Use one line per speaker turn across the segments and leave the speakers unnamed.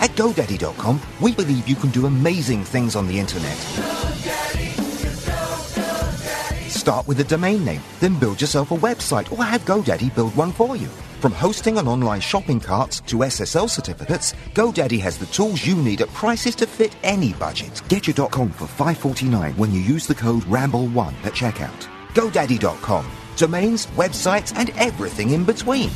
At GoDaddy.com, we believe you can do amazing things on the internet. Start with a domain name, then build yourself a website or have GoDaddy build one for you. From hosting and online shopping carts to SSL certificates, GoDaddy has the tools you need at prices to fit any budget. Get your .com for $5.49 when you use the code RAMBLE1 at checkout. GoDaddy.com. Domains, websites, and everything in between.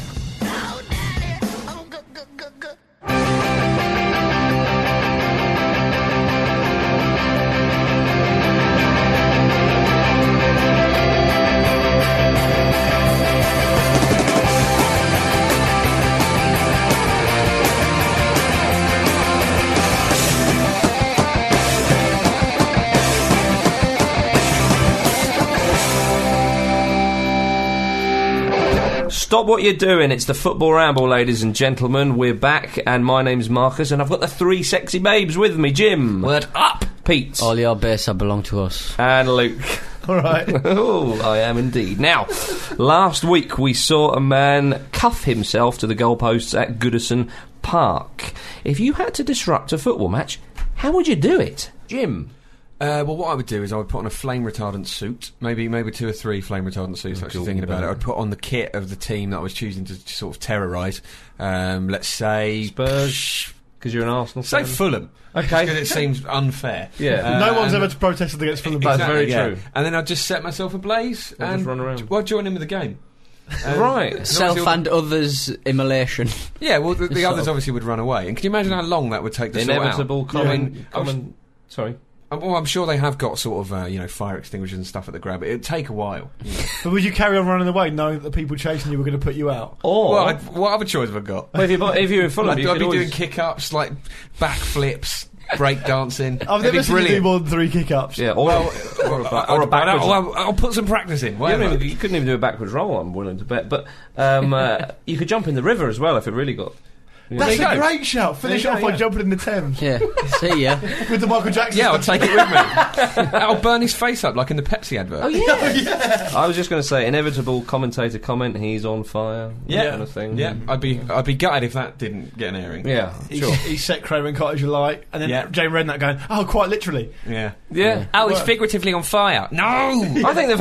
Stop what you're doing. It's the Football Ramble, ladies and gentlemen. We're back, and my name's Marcus, and I've got the three sexy babes with me Jim.
Word up!
Pete.
All your base are belong to us.
and Luke.
All right.
oh, I am indeed. Now, last week we saw a man cuff himself to the goalposts at Goodison Park. If you had to disrupt a football match, how would you do it, Jim?
Uh, well, what I would do is I would put on a flame retardant suit, maybe maybe two or three flame retardant suits. actually, thinking about it, I'd put on the kit of the team that I was choosing to sort of terrorise. Um, let's say
Spurs, because you're an Arsenal
Say
fan.
Fulham,
Okay.
because it seems unfair. Uh,
Yeah.
no one's
and-
ever protested against Fulham.
That's
Exactly,
very
yeah.
true.
And then I'd just set myself ablaze
Or just
and
run around.
Well, I'd join in with the game. Um,
Right.
Self
obviously-
and others immolation.
Yeah, well, the, the
Sort
others
of.
obviously would run away. And can you imagine how long that would take to
The
sort out?
inevitable common,
Yeah.
common. Sorry.
Um, Well, I'm sure they have got sort of uh, you know fire extinguishers and stuff at the grab. It'd take a while.
But would you carry on running away knowing that the people chasing you were going to put you out?
Or
Well, I'd, what other choice have I got?
Well, if you're, if you're in Fulham,
I'd,
you
I'd
could
be
always-
doing kick ups, like backflips, break dancing.
I've
It'd
never
be
seen you do
brilliant.
more than three kick-ups.
Yeah, or,
Well,
or a, ba-
I'll-
or a backwards.
I'll, I'll- I'll put some practice in.
you,
Why
don't
not?
even- you couldn't even do a backwards roll. I'm willing to bet, but um, uh, you could jump in the river as well if it really got. you know.
That's
There
a
you go.
great shout. Finish
There you
off
go,
by
yeah.
jumping in the Thames
Yeah. See ya.
with the Michael Jackson.
yeah, I'll
stuff.
take it with me. I'll burn his face up like in the Pepsi advert.
Oh yeah. I was just going to say inevitable commentator comment. He's on fire. that
yeah,
kind of thing.
yeah. I'd be I'd be gutted if that didn't get an airing.
yeah,
He,
sure.
he set Craven Cottage alight, and then
Yeah.
Jane Redknapp going, "Oh, quite literally."
yeah.
Yeah,
Oh, he's figuratively on fire. No.
I think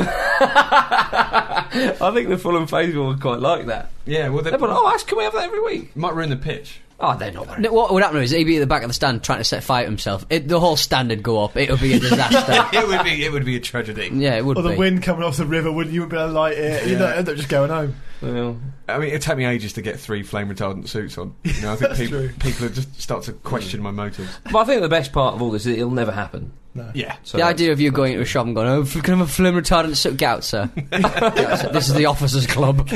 the I think the Fulham faithful would quite like that.
yeah. Well, they
They're like, oh, Ash, can we have that every week?
might ruin the pitch.
Oh, they're not. Very
No, what would happen is he'd be at the back of the stand trying to set fire to himself. It, the whole stand would go up. It would be a disaster.
it would be it would be a tragedy.
yeah, it would
Or the
be.
wind coming off the river, wouldn't you be able to light it? You
Yeah.
know, end up just going home.
well,
I mean, it took me ages to get three flame retardant suits on. You know, I think
That's
people
true.
people would just start to question my motives.
but I think the best part of all this is it'll never happen.
Yeah.
So
The idea of you going into a shop and going, oh, can I have a flame retardant suit? Get out, sir. Get out, sir. This is the officers' club.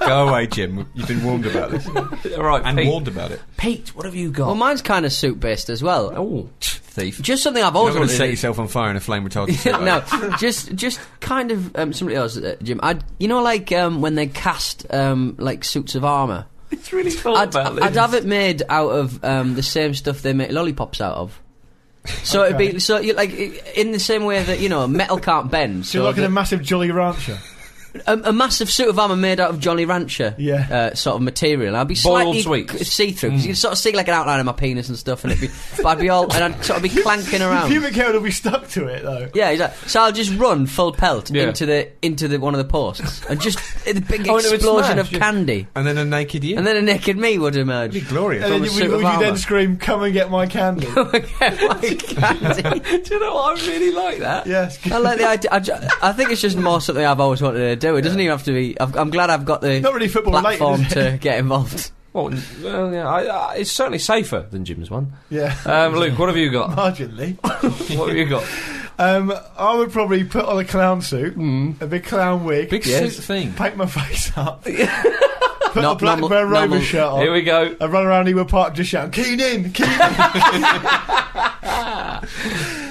Go away, Jim. You've been warned about this.
All right,
And
Pete,
warned about it.
Pete, what have you got?
Well, mine's kind of suit based as well.
Oh, thief.
Just something I've
You're not
always
going
wanted.
to
to
set
do.
yourself on fire in a flame retardant suit. are
no,
you?
just just kind of um, somebody else, uh, Jim. I'd, you know, like um, when they cast um, like suits of armour.
It's really thought
I'd,
about this.
I'd have it made out of um, the same stuff they make lollipops out of. So it'd be so you like i- in the same way that you know metal can't bend.
So
So
you're like in a
the-
massive Jolly Rancher.
a, a massive suit of armor made out of Jolly Rancher,
Yeah.
uh, sort of material. I'd be
Boiled
slightly
sweets. Mm.
see through. You'd sort of see like an outline of my penis and stuff, and it'd be. but I'd be all and I'd sort of be clanking around.
Pubic hair will be stuck to it though.
Yeah, exactly. So I'll just run full pelt
Yeah.
into the into the one of the posts and just the big
Oh, and it would
explosion of
smash, yeah.
candy,
And then a naked you.
and then a naked me would
It'd
emerge.
be glorious.
And then
a
you,
suit
would,
of
would you then
armour.
scream, "Come and get my candy"?
Candy.
Do you know what? I really like that.
yes.
I like the idea. I, ju- I think it's just more something I've always wanted to do. It doesn't even have to be. I've, I'm glad I've got the
Not really football related,
platform
is it?
to get involved.
Well, n- well yeah, I, I, it's certainly safer than Jim's one.
Yeah.
Um, Luke, what have you got?
Marginally.
what have you got?
Um, I would probably put on a clown suit, a big clown wig,
Mm. Big
Yes.
suit thing.
paint my face up, put a
Not
black
normal-
Bear Rover
normal-
shirt on,
Here we go.
and run around Ewood Park just shouting, Keen in, Keen in!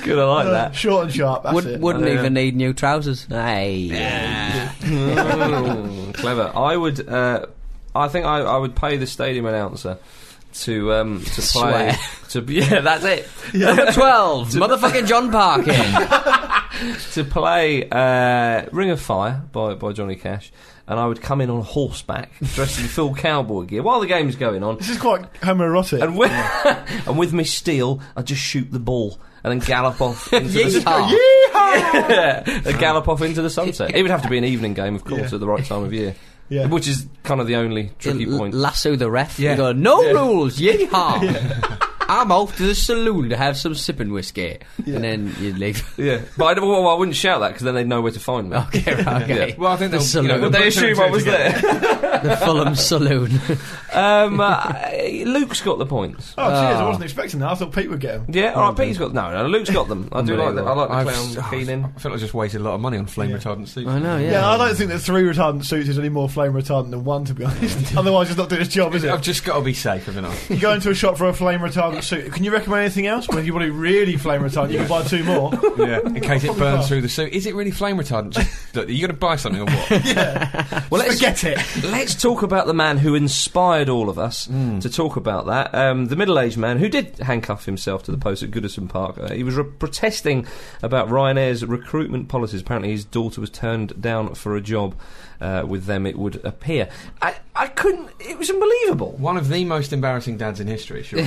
Good, I like that.
Short and sharp, that's
Would,
it.
wouldn't
Yeah.
even need new trousers. Hey.
Mm, clever. I would. Uh, I think I, I would pay the stadium announcer to um, to play.
Swear.
To yeah, that's it.
Number twelve, motherfucking John Parkin.
to play uh, Ring of Fire by, by Johnny Cash, and I would come in on horseback, dressed in full cowboy gear, while the game's going on,
This is quite homoerotic.
and with, and with my steel, I'd just shoot the ball and then gallop off into the
Yeehaw.
yeah, they gallop off into the sunset. It would have to be an evening game, of course,
Yeah.
at the right time of year,
Yeah.
which is kind of the only tricky
L-
point.
Lasso the ref.
Yeah.
You go, no rules, yeehaw. I'm off to the saloon to have some sipping whiskey. And then you leave.
yeah, but I, don't- well, I wouldn't shout that because then they'd know where to find me.
okay, right, okay.
Well, I think
The
they'll, you know,
saloon.
Would
they'll
they
put two
assume
and two
I was
together.
there?
the Fulham saloon.
Um, uh, Luke's got the points.
oh, cheers! I
Ah.
wasn't expecting that. I thought Pete would get him.
Yeah, all right. Pete's got no, no. Luke's got them. I do like that. I like the
I've-
clown
oh,
feeling.
I feel like I just wasted a lot of money on flame retardant suits.
I know, yeah.
Yeah. I don't think that three retardant suits is any more flame retardant than one, to be honest. Otherwise, it's not doing its job, is
I've
it?
just got to be safe, haven't I?
You go into a shop for a flame retardant suit. Can you recommend anything else? When you want to really flame retardant, you can buy two more.
yeah, in case it burns
not?
through the suit. Is it really flame retardant? Just- Look, are you going to buy something or what?
Well, let's
Forget it.
let's talk about the man who inspired all of us to talk about that. Um, the middle-aged man who did handcuff himself to the post at Goodison Park. Uh, he was re- protesting about Ryanair's recruitment policies. Apparently, his daughter was turned down for a job uh, with them. It would appear. I, I couldn't. It was unbelievable.
One of the most embarrassing dads in history, sure.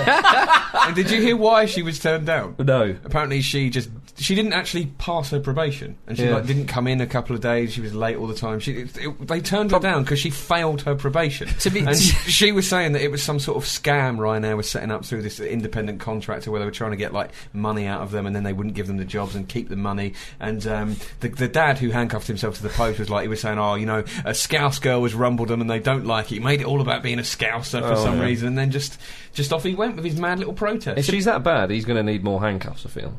and did you hear why she was turned down?
No.
Apparently, she just she didn't actually pass her probation, and she
Yeah.
like didn't come in a couple of days. She was late all the time. She it, it- they turned her down because she failed her probation.
To be-
and she was saying that it was some sort of scam Ryanair was setting up through this independent contractor where they were trying to get like money out of them, and then they wouldn't give them the jobs and keep the money. And um, the, the dad who handcuffed himself to the post was like he was saying, "Oh, you know, a Scouse girl was rumbled on, and they don't like it. He made it all about being a Scouser for
Oh,
some
yeah.
reason, and then just just off he went with his mad little protest.
If she's that bad, he's going to need more handcuffs. I feel.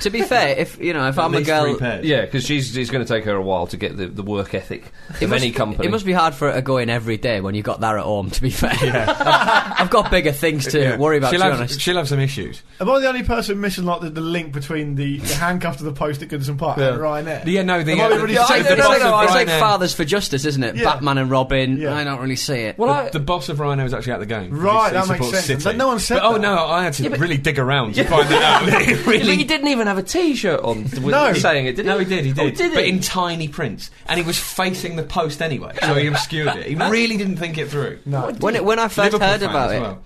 to be fair, if you know, if
At
I'm a
least
girl,
three pairs.
Yeah, because she's it's going to take her a while to get the, the work ethic of
must-
any company.
It must be hard for it to go in every day when you got that at home. To be fair, I've, I've got bigger things to
Yeah.
worry about.
She'll
to be
have,
honest,
she'll have some issues.
Am I the only person missing like the, the link between the, the handcuff to the post at Goodison Park and Ryanair?
Yeah, no, the,
Am I
uh,
really
the,
Yeah,
the
I-
the
no, no,
boss
no,
of
I
it's like
Ryanair-
fathers for justice, isn't it?
Yeah.
Batman and Robin.
Yeah.
I don't really see it.
well, I,
the boss of Ryanair was actually at the game.
Right,
He
that makes
supports
sense.
City.
But no one said
But, oh
that.
no, I had to really dig around to find that out.
But he didn't even have a T-shirt on with
No.
saying it, did he?
No, he did. He did.
Oh, did
but
he?
in tiny print, and he was facing the post anyway, so he obscured it. He really didn't think it through.
No.
when it, when I first
Liverpool
heard
fan
about
as
it,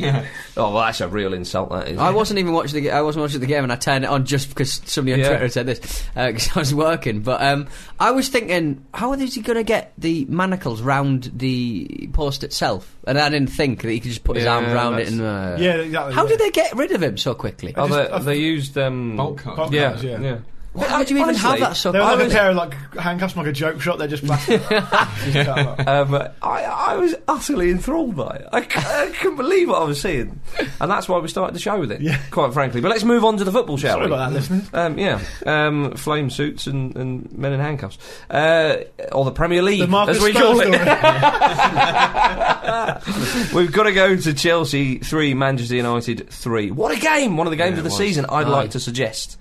well.
oh, well, that's a real insult. That is.
I wasn't even watching the. ga- I wasn't watching the game, and I turned it on just because somebody on
Yeah.
Twitter said this because I was working. But um, I was thinking, how is he going to get the manacles round the post itself? And I didn't think that he could just put his
Yeah,
arm round it.
that's-
And uh,
Yeah, exactly.
how
yeah.
did they get rid of him so quickly?
Oh,
I
they,
just- I-
they used um,
Bulk card.
Bulk
Yeah,
cards,
yeah.
yeah.
Well,
How
I-
do you even have
honestly,
that so?
They were
I
like a
was-
pair of like handcuffs, from, like a joke shop. They're just plastic. Just cut up.
Um, I, I was utterly enthralled by it. I, c- I couldn't believe what I was seeing, and that's why we started the show with it.
Yeah.
Quite frankly, but let's move on to the football, shall
Sorry
we?
about that, listeners.
Um, yeah, um, flame suits and, and men in handcuffs, uh, or the Premier League,
The Marcus
as we
Stone
call it.
story.
We've got to go to Chelsea 3, Manchester United 3. What a game! One of the games
Yeah,
of the
it was.
season, I'd
Aye.
like to suggest.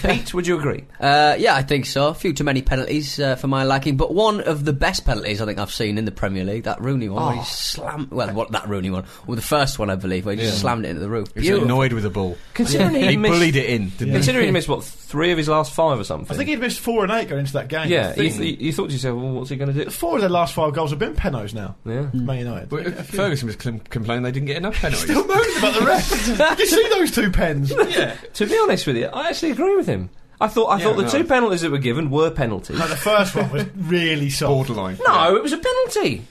Pete, would you agree?
Uh, yeah, I think so. A few too many penalties uh, for my liking, but one of the best penalties I think I've seen in the Premier League. That Rooney one, where he slammed. Well, what that Rooney one? Well, the first one, I believe, where he just slammed it into the roof.
He was annoyed with the ball.
Considering
He
he missed,
bullied it in, didn't he?
Considering he missed, what, three of his last five or something?
I think he'd missed four and eight going into that game.
yeah,
I
you,
think
th- you thought to yourself, well, what's he going to do?
four of their last five goals have been penos now.
Yeah.
Man United.
Well, if uh, Ferguson was com- complaining they didn't get enough penalties.
Still moaning about the rest. you see those two pens?
yeah.
To be honest with you, I actually agree with him. I thought, I
Yeah,
thought the
no.
two penalties that were given were penalties.
Like
No,
the first one was really soft.
Borderline.
it was a penalty.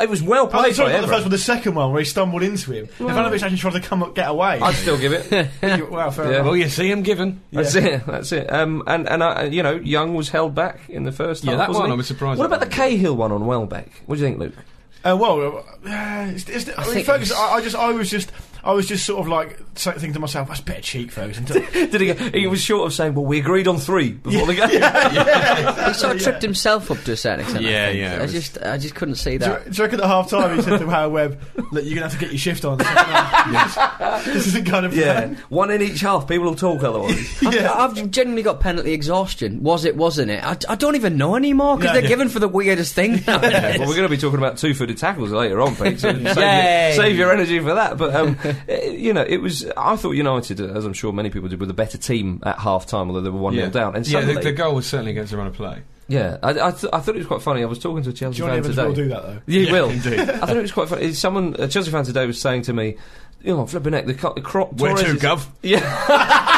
It was well
Oh,
played
no, sorry,
by
not the first one,
Everett.
the second one where he stumbled into him. Ivanovic actually tried to come up, get away.
I'd still give it.
wow, fair
Yeah.
enough.
Well, you see him given.
That's it. That's it. Um, and and uh, you know, Young was held back in the first
Yeah,
half.
that
wasn't
one
he?
I was surprised
What
at
about the
that.
Cahill one on Welbeck? What do you think, Luke?
Uh, well, uh, it's, it's, I, mean,
think it's-
Ferguson, I, I just, I was just, I was just sort of like sa- thinking to myself, that's a bit cheap, Ferguson.
Did he? He was short of saying, "Well, we agreed on three before the game."
He sort of tripped himself up to a certain extent. I
Yeah,
think.
yeah, it
I
was-
just, I just couldn't see
Do you,
that.
do you reckon at half time he said to Howard Webb, Look, you're going to have to get your shift on? This isn't kind of
yeah,
plan.
one in each half. People will talk otherwise.
Yeah.
I- I've genuinely got penalty exhaustion. Was it? Wasn't it? I, I don't even know anymore because
No.
they're given for the weirdest thing.
well, we're going to be talking about two-footed tackles later on, Pete. So save, your,
Yay.
save your energy for that. But um, eh, you know, it was I thought United, as I'm sure many people did, were the better team at half time, although they were 1 0
yeah.
down. And
yeah,
suddenly,
the, the goal was certainly against the run of play.
yeah, I, I, th- I thought it was quite funny. I was talking to a Chelsea
John
fan
Evans
today.
will do that though.
Yeah, he will.
indeed.
I thought it was quite funny. Someone, a Chelsea fan today, was saying to me, "You know, flipping neck, the, co- the crop."
Where
Torres
to,
is-
Gov?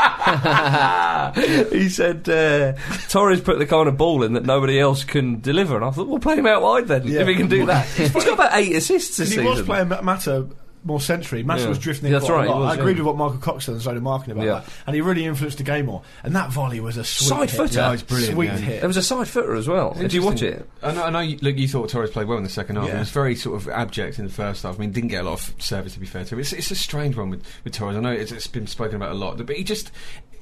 Yeah. he said uh, Torres put the kind of ball in that nobody else can deliver, and I thought, "Well, play him out wide then
Yeah.
if he can do that." He's got about eight assists this
Because he
season.
was playing Ma- Mata more centrally. Mata
Yeah.
was drifting
Yeah,
quite
that's right,
a lot.
he was,
I agreed
yeah.
with what Michael Cox said and started marking about
Yeah.
that. And he really influenced the game more. And that volley was a
Side
sweet hit.
footer. Yeah, it's
brilliant,
Sweet
yeah.
hit.
There was a side footer as well. Did you watch it?
I know, I know you, look, you thought Torres played well in the second half.
Yeah.
It was very sort of abject in the first half. I mean, didn't get a lot of service, to be fair to him. It's, it's a strange one with, with Torres. I know it's, it's been spoken about a lot, but he just.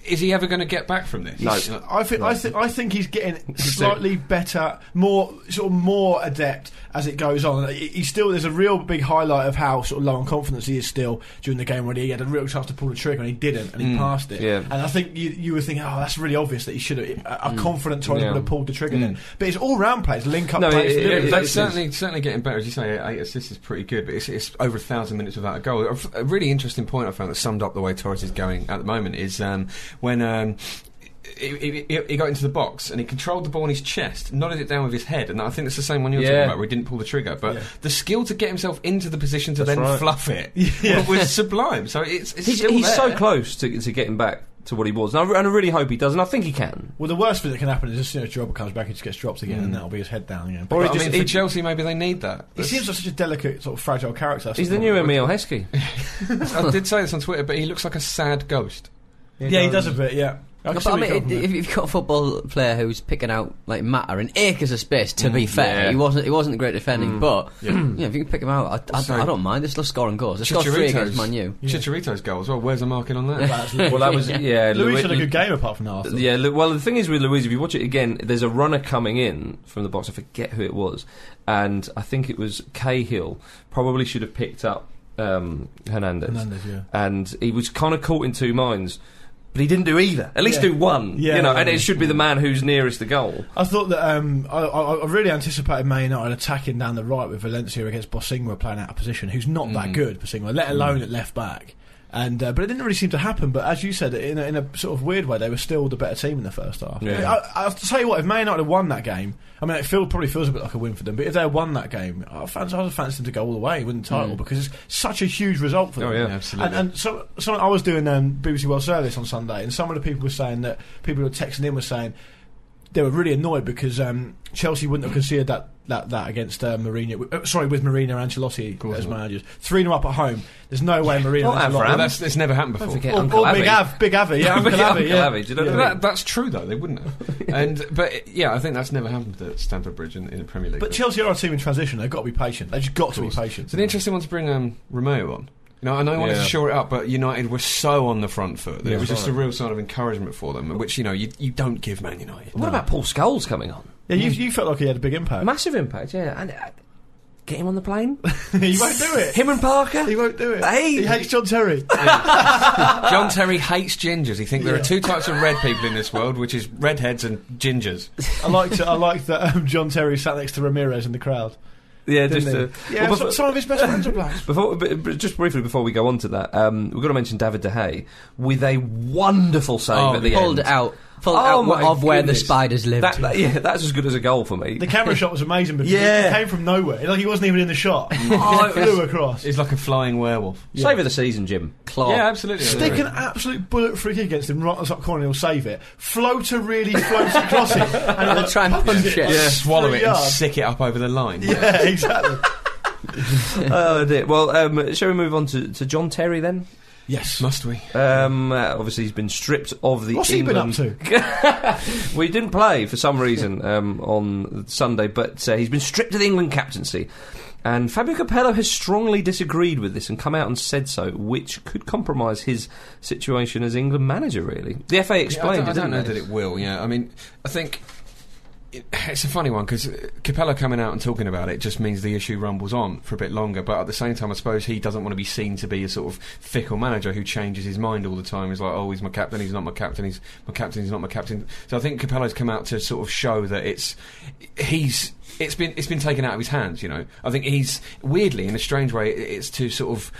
Is he ever going to get back from this?
No.
He's-
I think I, th- I think he's getting slightly better, more sort of more adept as it goes on. He- He's still there's a real big highlight of how sort of low on confidence he is still during the game when he had a real chance to pull the trigger and he didn't and he passed it.
Mm. yeah. Mm.
And I think you, you were thinking, oh, that's really obvious that he should have. A, a confident Torres
Yeah. Mm.
would have pulled the trigger then. But it's all round plays, link up
No,
plays.
it- it-
little
it-
Yeah,
Yeah,
that's
is.
certainly certainly getting better. As you say, eight assists is pretty good, but it's, it's over a thousand minutes without a goal. A f- A really interesting point I found that summed up the way Torres is going at the moment is um, when. Um, he, he- he, he got into the box and he controlled the ball in his chest, nodded it down with his head, and I think that's the same one you were
Yeah.
talking about, where he didn't pull the trigger. But
Yeah.
the skill to get himself into the position to then
right.
fluff it was sublime. So it's, it's
He's,
still
he's so
there.
close to, to getting back to what he was, and I, re- and I really hope he does, and I think he can.
Well, the worst thing that can happen is as soon as Jorba comes back, he just gets dropped again,
Mm.
and that'll be his head down again.
But
But
I
just-
mean, for Chelsea, maybe they need that.
he
That's-
seems like such a delicate, sort of fragile character.
He's the new E Emil Heskey.
I did say this on Twitter, but he looks like a sad ghost.
Yeah, he does a bit. Yeah. I can
But
see
I
where
mean,
you're coming
if,
from there.
if you've got a football player who's picking out like matter in acres of space, to be fair,
yeah.
he wasn't he wasn't great defending, but
Yeah.
yeah. if you can pick him out, I, I,
So-
I don't mind. They're still scoring goals. They scored three against Man U.
Chicharito's goal as well. Where's the marking on that?
well, that was yeah.
Luis
Luis-
had a good game apart from that. I thought.
Yeah, Lu- well, the thing is with Louise, if you watch it again, there's a runner coming in from the box. I forget who it was, and I think it was Cahill. Probably should have picked up um, Hernandez,
Hernandez, yeah.
and he was kind of caught in two minds. But he didn't do either. At least
Yeah.
do one,
Yeah,
you know.
yeah,
and
yeah.
it should be the man who's nearest the goal.
I thought that um, I, I, I really anticipated Man United attacking down the right with Valencia against Bosingwa playing out of position, who's not
Mm.
that good, Bosingwa, let alone at left back. And uh, but it didn't really seem to happen. But as you said, in a, in a sort of weird way, they were still the better team in the first half.
Yeah.
I, I, I'll tell you what, if Man United had won that game, I mean, it feel, probably feels a bit like a win for them. But if they had won that game, I fancy, I would have fancied them to go all the way, win the title, because it's such a huge result for them.
Mm. Oh, yeah.
Absolutely.
And, and so, someone I was doing um, BBC World Service on Sunday, and some of the people were saying that people who were texting in were saying they were really annoyed because um, Chelsea wouldn't have conceded that that, that against uh, Mourinho. Uh, sorry, with Mourinho and Ancelotti as managers, three 0 up at home. There's no way Mourinho.
Not
and
Avram.
Well,
Ancelotti.
that's, that's never happened before.
forget
Or,
Uncle
or Big
Avi.
Av, Big Avi, yeah, Uncle Avi, yeah.
Avi, do you know what I mean?
That, that's true though. They wouldn't have. and but yeah, I think that's never happened at Stamford Bridge in, in the Premier League.
But Chelsea are a team in transition. They've got to be patient. They've just got to be patient.
it's an interesting one to bring um, Romeo on. You know, I know he wanted
Yeah.
to shore it up, but United were so on the front foot that it was just a real sign of encouragement for them, which you know you, you don't give Man United.
What about Paul Scholes coming on?
Yeah, you, you felt like he had a big impact.
Massive impact, yeah. And uh, get him on the plane.
he won't do it.
Him and Parker.
He won't do it.
Hey.
He hates John Terry.
John Terry hates gingers. He thinks there are two types of red people in this world, which is redheads and gingers.
I liked. I liked that um, John Terry sat next to Ramirez in the crowd.
yeah,
didn't
just
he?
uh,
yeah,
well,
so-
befo-
some of his best friends are black.
Before, b- b- just briefly before we go on to that, um, we've got to mention David De Gea with a wonderful save
Oh,
at the
Pulled
end.
it out, pulled
Oh
out
my
of where the
goodness.
spiders lived.
That, that- yeah, that's as good as a goal for me.
The camera shot was amazing, but
Yeah.
it came from nowhere. Like he wasn't even in the shot.
Oh,
It flew across.
He's like a flying werewolf.
Save of the season, Jim.
Claw.
Yeah, absolutely.
Stick an absolute bullet free kick against him right on the top corner, and he'll save it. Floater really floats across it, and
They'll try and punch it.
yeah.
Yeah.
swallow it and
Yards.
sick it up over the line.
Yeah, exactly.
oh dear. Well, um, shall we move on to, to John Terry then?
yes.
Must we?
Um, uh, obviously, he's been stripped of the.
What's
England.
he been up to?
We didn't play for some reason um, on Sunday, but uh, he's been stripped of the England captaincy. And Fabio Capello has strongly disagreed with this and come out and said so, which could compromise his situation as England manager, really. The FA explained
Yeah, I don't, I
it,
don't know
didn't
that
they?
it will. Yeah, I mean, I think it, it's a funny one because Capella coming out and talking about it just means the issue rumbles on for a bit longer. But at the same time, I suppose he doesn't want to be seen to be a sort of fickle manager who changes his mind all the time. He's like, oh, he's my captain, he's not my captain, he's my captain, he's not my captain. So I think Capello's come out to sort of show that it's he's. It's been it's been taken out of his hands, you know. I think he's weirdly, in a strange way, it- it's to sort of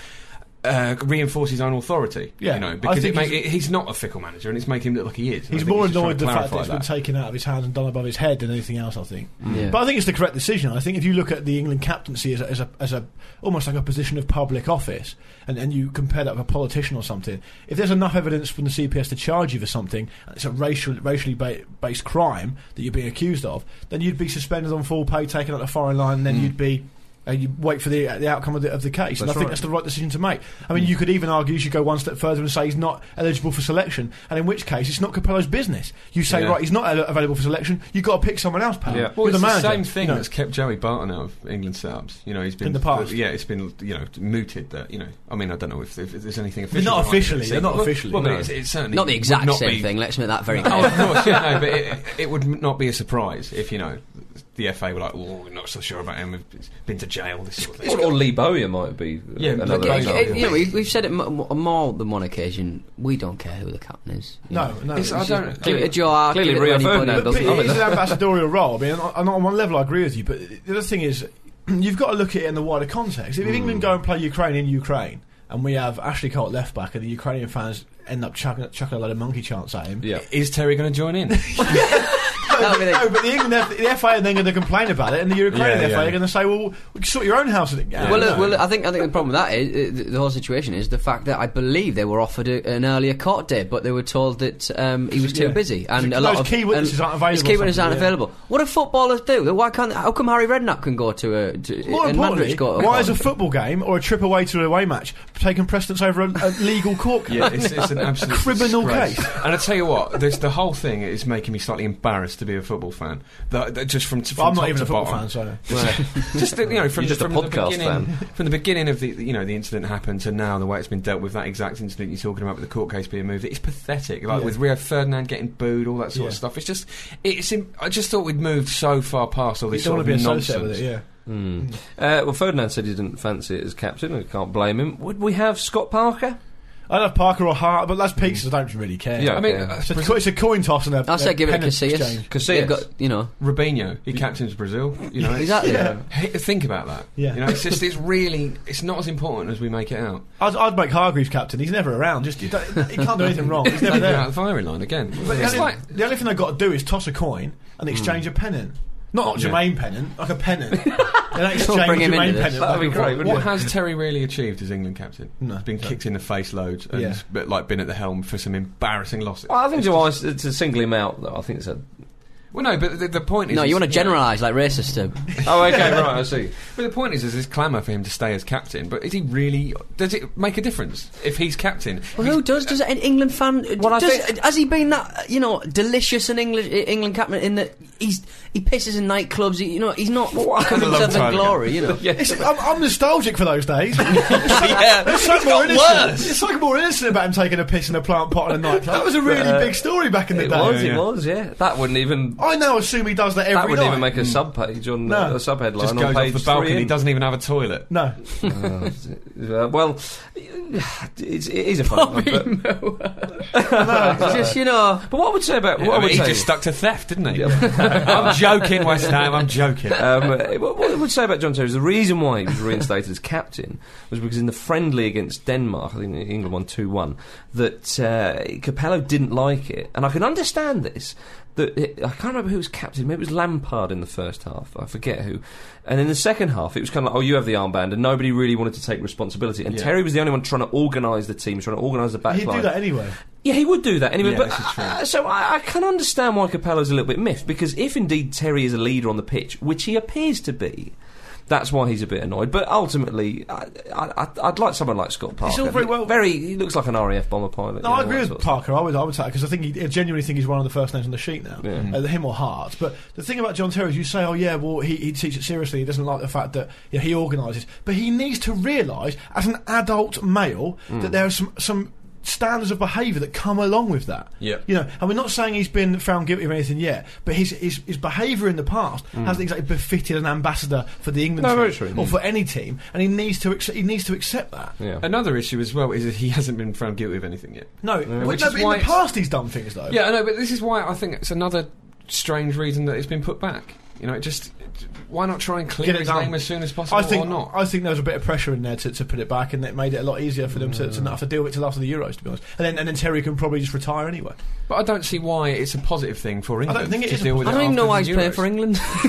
uh, reinforce his own authority.
Yeah,
you know,
I
because it
think
make,
he's-
it, he's not a fickle manager, and it's making him look like he is. And I
He's
think
more
just trying
annoyed
to
the fact that
clarify
it's been taken out of his hands and done above his head than anything else. I think,
Yeah.
but I think it's the correct decision. I think if you look at the England captaincy as a, as a, as a almost like a position of public office, and, and you compare that with a politician or something, if there's enough evidence from the CPS to charge you for something, and it's a racial racially ba- based crime that you're being accused of, then you'd be suspended on full pay, taken out the foreign line, and then you'd be. Uh, you wait for the uh, the outcome of the, of the case, and
Mm. That's
I think
right. Mm.
that's the right decision to make. I mean, you could even argue you should go one step further and say he's not eligible for selection, and in which case it's not Capello's business. You say
Yeah.
right, he's not el- available for selection. You've got to pick someone else, pal.
Yeah.
Well, it's
You're the
the,
manager.
same thing
you know.
that's kept Joey Barton out of England setups. You know, he's been
In the past.
yeah, it's been you know mooted that you know. I mean, I don't know if, if there's anything
They're
official.
not
behind it,
officially,
it's-
they're not
well,
officially,
Well,
no.
but it's, it's certainly
Not the exact
would not
same
be-
thing. Let's make that very
Oh,
clear.
of course, yeah, no, but it, it would m- not be a surprise if you know the FA were like, "Oh, we're not so sure about him. We've been to jail." This sort of thing.
Or, or Lee Bowyer might be. uh,
Yeah,
another
but-
It-
example.
it- you know, we've, we've said it m- m- more than one occasion. We don't care who the captain is. You
No,
know.
no.
It's- I
it's-
don't- know.
Give it to Joe Hart,
Clearly
give it
Rio
to anybody
Ferdinand
who
but
doesn't
doesn't
it
know.
is an ambassadorial role. I mean, on, on- on one level, I agree with you. But the other thing is, you've got to look at it in the wider context. If
Mm.
England go and play Ukraine in Ukraine, and we have Ashley Cole at left back, and the Ukrainian fans end up chucking, chucking a load of monkey chants at him,
yeah.
Is Terry going to join in?
No,
That'll
but,
be the-
no, but the England, the FA are then going to complain about it, and the Ukrainian
Yeah,
FA are
yeah.
going to say, "Well, we can sort your own house." At it. Yeah,
well,
no.
uh, well, I think I think the problem with that is uh, the, the whole situation is the fact that I believe they were offered a, an earlier court date, but they were told that um, he was too
Yeah.
busy and
Because
a lot
those
of
key
and
witnesses aren't available
His key witnesses
or
aren't
something, yeah.
available. What do footballers do? Why can't? How come Harry Redknapp can go to a? To,
More
and
importantly,
Mandrich go to
why is a
court?
football game or a trip away to an away match taking precedence over a, a legal court case?
Yeah, it's, it's an absolute
criminal
disgrace.
case.
And I tell you what, this, the whole thing is making me slightly embarrassed to be a football fan. The, the- just from, from
Well, I'm
top
not even
to
a football
bottom.
fan, so
just the, you know from,
You're just
the,
a
from
podcast
the beginning from the beginning of the you know the incident happened to now the way it's been dealt with that exact incident you're talking about with the court case being moved it's pathetic like
Yeah.
with Rio Ferdinand getting booed all that sort of
Yeah.
stuff it's just it's im- I just thought we'd moved so far past all
you
this
don't
sort
want
of
to be
nonsense
associated with it. Yeah,
Hmm. Uh, well, Ferdinand said he didn't fancy it as captain. I can't blame him. Would we have Scott Parker?
I love Parker or Hart, but that's peaks. I don't really care.
Yeah.
I mean
Okay.
uh,
So it's, co- it's a coin toss and a.
I
a
said give it to
pennant
Casillas.
exchange.
Casillas.
They've got you know
Rubinho he captains Brazil you know it's-
exactly.
Hey, Think about that.
Yeah.
You know, it's just, it's really, it's not as important as we make it out.
I'd, I'd make Hargreaves captain. He's never around. Just you don't- he can't do anything wrong. He's never
Think
there.
about the firing line again.
But the
It's
only,
like,
the only thing they've got to do is toss a coin and exchange a pennant. Not a
Yeah.
Jermaine pennant, like a pennant. they don't exchange
bring him
Jermaine
into this.
pennant.
That'd be
Like,
great,
what-
wouldn't
What
it?
has Terry really achieved as England captain?
No.
He's been kicked in the face loads and
Yeah.
but like been at the helm for some embarrassing losses.
Well, I think to, ice- to single him out, though, I think it's a.
Well, no, but the, the point is,
no. You want to
yeah.
generalise like racist to
Oh, okay, right, I see.
But the point is, is this clamour for him to stay as captain? But is he really? Does it make a difference if he's captain?
Well, who does? Does an England fan? uh,
Well, I
does,
think-
has he been that uh, you know delicious an English England captain in that he's he pisses in nightclubs? He, you know he's not coming
long
himself in
time ago.
glory. You know.
Yeah.
It's, I'm, I'm nostalgic for those days. There's
yeah,
something more innocent. It's like more innocent about him taking a piss in a plant pot in a nightclub. That was a really
Uh,
big story back in the
It
day.
was,
yeah.
it was, yeah. That wouldn't even.
I now assume he does that every
that wouldn't
night.
even make a sub page on
No.
uh, a sub headline
Just
on
goes
page
off the balcony.
Three
He doesn't even have a toilet.
no,
Uh, well, it's, it is a funny one, but,
It's just you know.
but what I would say about what
I
I
mean,
would
he
say
just stuck to theft, didn't he? I'm joking, West Ham. I'm joking.
um, uh, what, what I would say about John Terry is the reason why he was reinstated as captain was because in the friendly against Denmark, I think England won 2 1, that uh, Capello didn't like it. And I can understand this. That it, I can't remember who was captain. Maybe it was Lampard in the first half. I forget who. And in the second half, it was kind of like, oh, you have the armband. And nobody really wanted to take responsibility. And
Yeah.
Terry was the only one trying to organise the team, trying to organise the back
he'd do
line.
that anyway.
Yeah, he would do that anyway.
Yeah,
but
this is true.
uh, so I, I can understand why Capello's a little bit miffed because if indeed Terry is a leader on the pitch, which he appears to be, that's why he's a bit annoyed. But ultimately, I, I, I'd like someone like Scott Parker.
all very well-
Very, he looks like an RAF bomber pilot.
No,
you know,
I agree
that
with
sort of
Parker. I would, I would say because I think he I genuinely think he's one of the first names on the sheet now,
Yeah.
Uh, him or Hart. But the thing about John Terry is, you say, oh yeah, well he, he takes it seriously. He doesn't like the fact that you know, he organises, but he needs to realise as an adult male
Mm.
that there are some some standards of behaviour that come along with that.
Yeah.
you know, and we're not saying he's been found guilty of anything yet, but his his, his behaviour in the past hasn't exactly befitted an ambassador for the England
Mm. No, very
team
true. Mm.
or for any team, and he needs to accept, he needs to accept that.
thing. Yeah.
Another issue as well is that he hasn't been found guilty of anything yet.
No, but-
Which
no,
is
but in
why
the
it's-
past he's done things though.
Yeah, I know, but this is why I think it's another strange reason that it's been put back. You know, it just why not try and clear
Get it
his
done.
name as soon as possible,
I think
or not?
I think there was a bit of pressure in there to, to put it back, and it made it a lot easier for them to, to not have to deal with it till after the Euros, to be honest. And then and then Terry can probably just retire anyway.
but I don't see why it's a positive thing for England.
think it
to
is a
deal with
I
it
don't even
after
know why
the
he's playing
Euros.
for England.
Oh,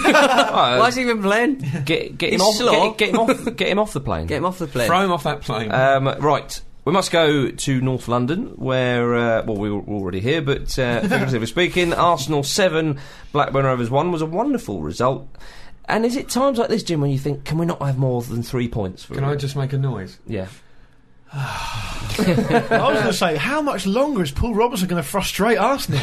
why is he even playing?
get, get him
He's
off,
slow.
get, get him off, get him off the plane.
Get him off the plane.
Throw him off that plane.
Uh,
Um, right. We must go to North London, where, uh, well, we were already here, but uh, figuratively speaking, Arsenal 7, Blackburn Rovers 1 was a wonderful result. And is it times like this, Jim, when you think, can we not have more than three points? For
Can I just make a noise?
Yeah.
I was going to say, how much longer is Paul Robertson going to frustrate Arsenal?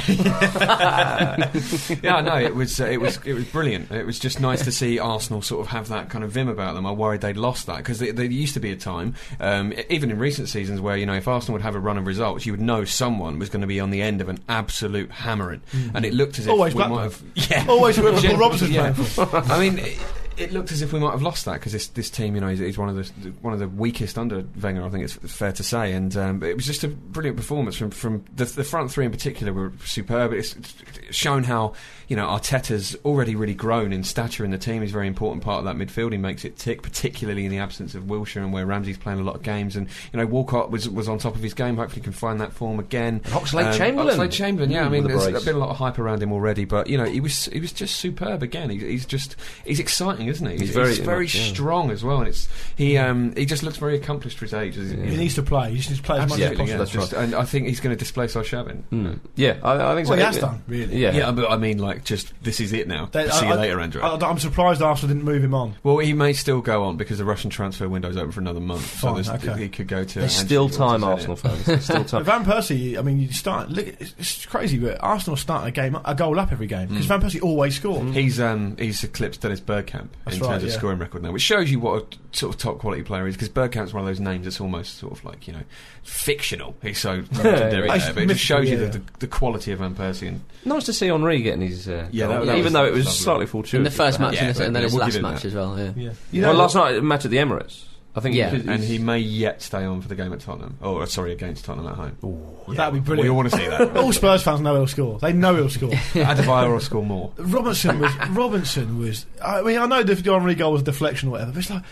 yeah, no, it was uh, it was it was brilliant. It was just nice to see Arsenal sort of have that kind of vim about them. I worried they'd lost that because there used to be a time, um, e- even in recent seasons, where you know if Arsenal would have a run of results, you would know someone was going to be on the end of an absolute hammering, and it looked as if
Always
we
Blackburn.
might have yeah
Always whoever Paul Robertson's
yeah.
playing
I mean. It, it looked as if we might have lost that because this, this team, you know, is, is one of the one of the weakest under Wenger. I think it's fair to say, and um, it was just a brilliant performance from from the, the front three in particular were superb. It's, it's shown how you know Arteta's already really grown in stature in the team. He's a very important part of that midfield. He makes it tick, particularly in the absence of Wilshire and where Ramsey's playing a lot of games. And you know Walcott was was on top of his game. Hopefully, can find that form again.
Oxlade-Chamberlain.
Oxlade Um, oh, Chamberlain. Yeah, I
Mm,
mean,
with a
there's
brace.
been a lot of hype around him already, but you know, he was he was just superb again. He, he's just he's exciting, isn't he? He's,
very-
very
yeah.
strong as well, and it's he um he just looks very accomplished for his age. Is
he needs to play. He just needs to play as much as
Absolutely, yeah,
possible.
that's
just- and I think he's going to displace Arshavin.
Mm. Yeah, I, I think so.
Well, he has done, really.
Yeah.
Yeah, but I mean, like, just this is it now.
They-
See
I-
you
I-
later, Andrew.
I, I'm surprised Arsenal didn't move him on.
well, he may still go on because the Russian transfer window is open for another month, so
Fine,
there's-
okay.
he could go to.
There's
Ancelotti
still
or
time,
something.
Arsenal fans. There's still
But
time.
Van Persie, I mean, you start. Look, it's, it's crazy, but Arsenal starting a game a goal up every game because
Mm.
Van Persie always scores.
He's um, he's eclipsed Dennis Bergkamp
That's
in
right,
terms of
yeah.
scoring record now, which shows you what a sort of top quality player is. Because Bergkamp's one of those names that's almost sort of like you know fictional. He's so legendary, there, but
He's
it just
mythical,
shows you
yeah.
the, the, the quality of Van Persie. And,
Nice to see Henri getting his. Uh,
Yeah,
goal,
that- that
even
was
though it was
lovely.
slightly fortuitous.
in the first match
Yeah,
and, his- and then
yeah,
his
we'll
last
give him
match
that.
as well. Yeah.
Yeah.
well, last night, match at the Emirates. I think.
Yeah.
he could-
and he may yet stay on for the game at Tottenham, or uh, sorry, against Tottenham at home. Yeah,
That'd be brilliant.
We all want to see that.
All Spurs fans know he'll score. They know he'll score.
Adebayor will score more.
Robinson was. Robinson was. I mean, I know the the Henry goal was a deflection or whatever, but it's like.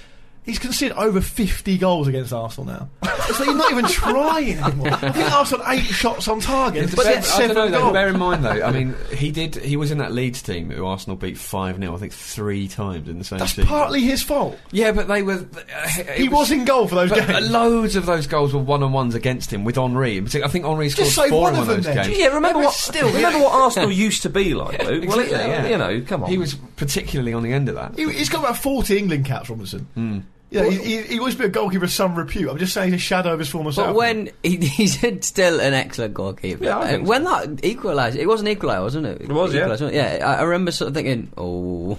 He's conceded over 50 goals against Arsenal now. It's like you're not even trying anymore. I think Arsenal had eight shots on target, but they
I
had
don't know,
seven
though,
goals.
bear in mind though, I mean, he did. He was in that Leeds team who Arsenal beat five 0 I think three times in the same.
That's
season.
partly his fault.
Yeah, but they were. uh,
He was in goal for those
But uh,
games.
loads of those goals were one on ones against him with Henri. In particular, I think Henri scored
Just save
four
one
in
of
one of
them
those
then.
games.
Yeah, remember what?
still,
remember what Arsenal used to be like, Luke. Well,
Exactly,
you know,
yeah.
You know, come on.
He was particularly on the end of that.
He, he's got about 40 England caps, Robinson. Yeah, he, he, he always been a goalkeeper of some repute. I'm just saying he's a shadow of his former self.
But when he, he's still an excellent goalkeeper.
Yeah, I think
Uh, when that equalised, it was an equaliser, wasn't it? It
was, yeah.
Equalised, wasn't it? Yeah, I, I remember sort of thinking, oh,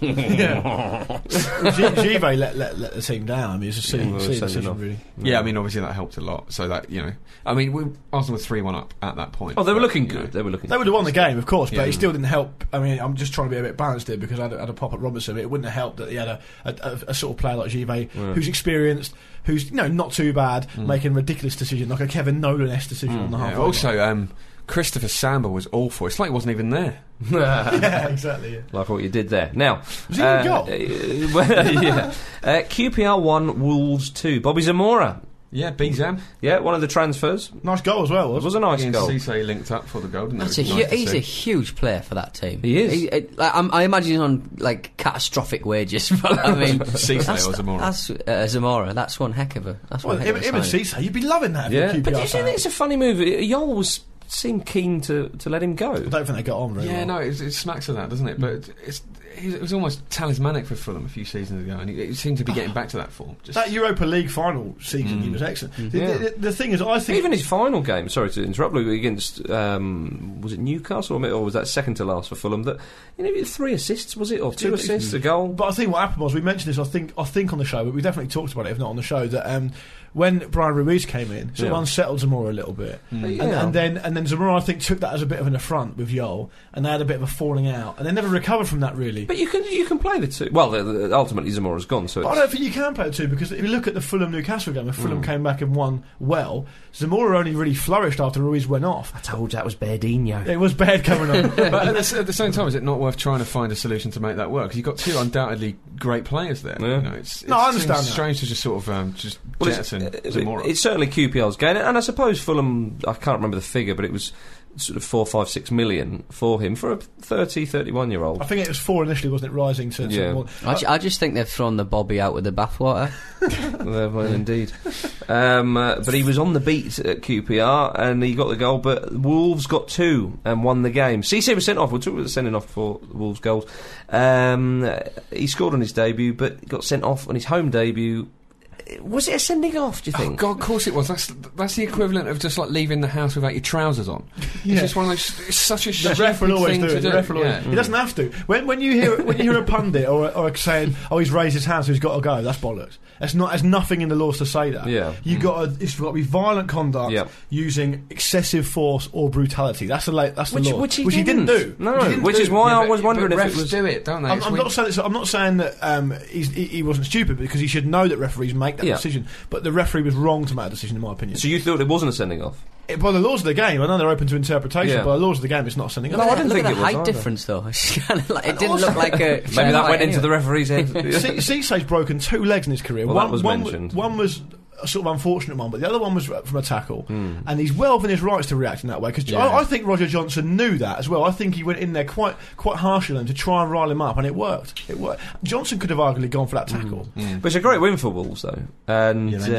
G- Give let, let, let the team down, I mean, it's a silly,
well,
silly
that's
decision,
enough.
really.
Yeah, I mean, obviously that helped a lot. So that you know, I mean, we, Arsenal were three one up at that point.
Oh, they were
But,
looking
you know.
good. They were looking.
They would have won the game, of course, but
Yeah.
it still didn't help. I mean, I'm just trying to be a bit balanced here because I had a, had a pop at Robertson. It wouldn't have helped that he had a, a, a, a sort of player like Givet, who's experienced, who's you know not too bad, making a ridiculous decision like a Kevin Nolan esque decision on the half.
Yeah, also, um, Christopher Samba was awful. It's like he wasn't even there.
yeah, exactly. Yeah.
Like what you did there. Now,
Was he in goal?
uh, well, yeah. Uh, QPR one, Wolves two. Bobby Zamora.
Yeah, Bizam.
Yeah, one of the transfers.
Nice goal as well.
It
Was
was a nice
He and
goal.
Cisse linked up for the goal, didn't
that's a
they? It
hu-
was nice to
he's
see.
a huge player for that team.
He is.
it- like, I'm, I imagine he's on like catastrophic wages. But I mean,
Cisse
that's-
or Zamora?
That's uh, Zamora. That's one heck of a. That's
well,
one heck
him,
of a
him and
signing.
Cisse, you'd be loving that.
Yeah,
if you're a
but do
QPR
you think
fan.
it's a funny move? Yol was seemed keen to, to let him
I
go.
don't think they got on very
Yeah,
well.
no, it, it smacks of that, doesn't it? But it's, it was almost talismanic for Fulham a few seasons ago, and it seemed to be getting back to that form. Just
That Europa League final season, he was excellent. The,
Yeah.
the- the thing is, I think
Even his final game, sorry to interrupt, Luke, against um, was it Newcastle or was that second to last for Fulham? That you know, three assists was it or two
Did-
assists, a goal?
But I think what happened was we mentioned this. I think I think on the show, but we definitely talked about it, if not on the show, that um, when Brian Ruiz came in, sort
Yeah. Mm.
of unsettled Zamora a little bit,
Yeah.
and, and then and then Zamora I think took that as a bit of an affront with Yol, and they had a bit of a falling out, and they never recovered from that really. you.
But you can you can play the two. Well, the, the, ultimately Zamora's gone, so
But I
it's,
don't think you can play the two because if you look at the Fulham Newcastle game, and
Mm.
Fulham came back and won well. Zamora only really flourished after Ruiz went off.
I told you that was Berdino.
It was bad coming on.
but at the, s- at the same time, is it not worth trying to find a solution to make that work? 'Cause you've got two undoubtedly great players there.
Yeah.
You know, it's,
No,
it
I
seems
understand that.
strange to just sort of um, just
Well, it's,
jettison
uh,
Zamora.
it's certainly QPR's gain, and I suppose Fulham. I can't remember the figure, but it was sort of four, five, six million for him for a 30, 31 year
I
old.
think it was four initially, wasn't it? Rising to
Yeah.
to one.
I, ju- I just think they've thrown the Bobby out with the bathwater.
Uh, well, indeed. Um, uh, but he was on the beat at QPR, and he got the goal. But Wolves got two and won the game. CC was sent off. We'll talk about the sending off for Wolves goals. Um, uh, he scored on his debut, but got sent off on his home debut. Was it a sending off? Do you
Oh
think?
God, of course it was. That's that's the equivalent of just like leaving the house without your trousers on.
Yeah.
It's just one of those. It's such a
The
stupid
ref will always
thing
do
to
it.
do.
The ref will always.
Yeah.
He doesn't have to. When, when you hear when you hear a pundit or, or saying, "Oh, he's raised his hands, so he's got to go," that's bollocks. That's not. There's nothing in the laws to say that.
Yeah. Mm.
You got. To, it's got to be violent conduct
Yeah.
using excessive force or brutality. That's the la- that's the
Which-
law.
which he
do.
didn't. No,
he
which
do.
is why I was
but
wondering if
refs
it was-
do it, don't they?
I'm,
It's
I'm
weird.
not saying. This, I'm not saying that um, he's, he, he wasn't stupid because he should know that referees make that
Yeah.
decision. But the referee was wrong to make that decision, in my opinion.
So you thought it wasn't a sending off?
It- by the laws of the game, I know they're open to interpretation.
Yeah.
But by the laws of the game, it's not something.
No, I didn't
look
think
at
it
the
was
height
either.
difference though. It's kind of like- it didn't look like a.
Maybe that went into the referee's head.
C- Cissé's broken two legs in his career.
Well,
one,
that was
one,
mentioned.
One was a sort of unfortunate one, but the other one was from a tackle. And he's well within his rights to react in that way because I, I think Roger Johnson knew that as well. I think he went in there quite quite harsh on him to try and rile him up, and it worked. It worked. Johnson could have arguably gone for that tackle.
But it's a great win for Wolves, though, and
Yeah, they need